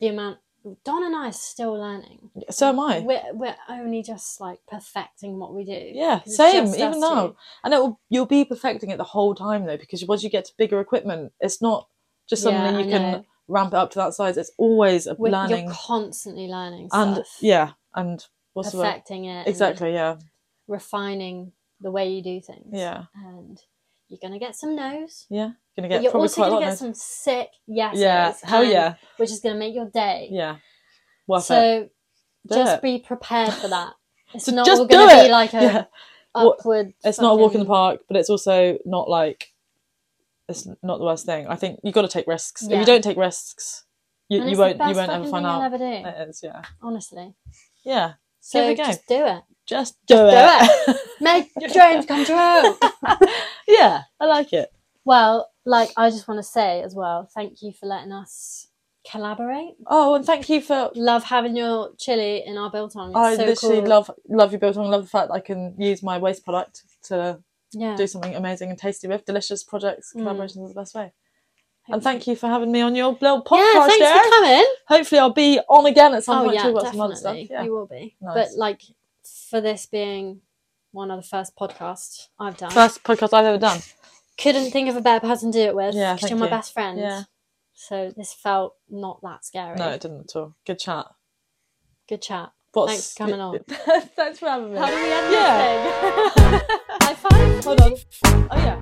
[SPEAKER 2] the amount Don and I are still learning.
[SPEAKER 1] So am I.
[SPEAKER 2] We're we're only just like perfecting what we do.
[SPEAKER 1] Yeah,
[SPEAKER 2] 'Cause it's
[SPEAKER 1] same.
[SPEAKER 2] just us
[SPEAKER 1] Even now,
[SPEAKER 2] two.
[SPEAKER 1] and it will, you'll be perfecting it the whole time though, because once you get to bigger equipment, it's not just
[SPEAKER 2] Yeah,
[SPEAKER 1] suddenly
[SPEAKER 2] I
[SPEAKER 1] you can
[SPEAKER 2] know.
[SPEAKER 1] ramp it up to that size. It's always a
[SPEAKER 2] We're-
[SPEAKER 1] learning
[SPEAKER 2] You're constantly learning
[SPEAKER 1] and
[SPEAKER 2] stuff.
[SPEAKER 1] yeah, and what's the word?
[SPEAKER 2] perfecting it. and
[SPEAKER 1] Exactly. Yeah,
[SPEAKER 2] Refining the way you do things.
[SPEAKER 1] yeah,
[SPEAKER 2] And you're gonna get some no's.
[SPEAKER 1] yeah. Gonna
[SPEAKER 2] But
[SPEAKER 1] get
[SPEAKER 2] you're
[SPEAKER 1] probably
[SPEAKER 2] also
[SPEAKER 1] quite a
[SPEAKER 2] going to
[SPEAKER 1] lot.
[SPEAKER 2] get
[SPEAKER 1] Of
[SPEAKER 2] some sick yeses.
[SPEAKER 1] yeah, hell
[SPEAKER 2] and-
[SPEAKER 1] yeah,
[SPEAKER 2] Which is going to make your day.
[SPEAKER 1] yeah. Worth
[SPEAKER 2] Um,
[SPEAKER 1] it.
[SPEAKER 2] so
[SPEAKER 1] Do
[SPEAKER 2] just
[SPEAKER 1] it.
[SPEAKER 2] be prepared for
[SPEAKER 1] [LAUGHS]
[SPEAKER 2] that. It's
[SPEAKER 1] So
[SPEAKER 2] not
[SPEAKER 1] just
[SPEAKER 2] all going
[SPEAKER 1] do
[SPEAKER 2] to
[SPEAKER 1] it.
[SPEAKER 2] be like a
[SPEAKER 1] Yeah. What-
[SPEAKER 2] upward.
[SPEAKER 1] It's not a walk in the
[SPEAKER 2] fucking-
[SPEAKER 1] park, but it's also not like it's not the worst thing. I think you've got to take risks. If
[SPEAKER 2] Yeah.
[SPEAKER 1] you don't take risks, you,
[SPEAKER 2] And
[SPEAKER 1] you
[SPEAKER 2] it's the
[SPEAKER 1] won't you
[SPEAKER 2] best
[SPEAKER 1] won't ever
[SPEAKER 2] fucking
[SPEAKER 1] find
[SPEAKER 2] thing you'll
[SPEAKER 1] out.
[SPEAKER 2] ever do,
[SPEAKER 1] It is, yeah,
[SPEAKER 2] honestly.
[SPEAKER 1] yeah.
[SPEAKER 2] So
[SPEAKER 1] it a go.
[SPEAKER 2] just do it.
[SPEAKER 1] Just do
[SPEAKER 2] Just
[SPEAKER 1] it.
[SPEAKER 2] Make your dreams come true.
[SPEAKER 1] [LAUGHS]
[SPEAKER 2] [LAUGHS]
[SPEAKER 1] yeah, I like it.
[SPEAKER 2] well, like I just want to say as well, thank you for letting us collaborate.
[SPEAKER 1] Oh, and thank you for.
[SPEAKER 2] Love having your chili in our built on. It's
[SPEAKER 1] I
[SPEAKER 2] so
[SPEAKER 1] literally
[SPEAKER 2] cool.
[SPEAKER 1] love love your built on. Love the fact that I can use my waste product to
[SPEAKER 2] yeah.
[SPEAKER 1] do something amazing and tasty with. Delicious projects,
[SPEAKER 2] Mm.
[SPEAKER 1] collaborations are the best way. And thank you for having me on your little
[SPEAKER 2] yeah,
[SPEAKER 1] podcast.
[SPEAKER 2] thanks
[SPEAKER 1] there.
[SPEAKER 2] for coming.
[SPEAKER 1] Hopefully, I'll be on again at some
[SPEAKER 2] oh
[SPEAKER 1] point.
[SPEAKER 2] yeah,
[SPEAKER 1] talk about
[SPEAKER 2] definitely.
[SPEAKER 1] some other stuff. Yeah.
[SPEAKER 2] You will be.
[SPEAKER 1] Nice.
[SPEAKER 2] But like for this being one of the first podcasts I've done,
[SPEAKER 1] First podcast I've ever done.
[SPEAKER 2] couldn't think of a better person to do it with
[SPEAKER 1] Yeah,
[SPEAKER 2] because you're
[SPEAKER 1] thank
[SPEAKER 2] my
[SPEAKER 1] you.
[SPEAKER 2] best friend.
[SPEAKER 1] Yeah.
[SPEAKER 2] So this felt not that scary.
[SPEAKER 1] No, it didn't at all. Good chat.
[SPEAKER 2] Good chat.
[SPEAKER 1] What's...
[SPEAKER 2] Thanks for
[SPEAKER 1] [LAUGHS]
[SPEAKER 2] coming on.
[SPEAKER 1] Thanks for having me.
[SPEAKER 2] How do we end
[SPEAKER 1] Yeah.
[SPEAKER 2] [LAUGHS] this thing? High five.
[SPEAKER 1] Hold on. Oh yeah.
[SPEAKER 2] [LAUGHS]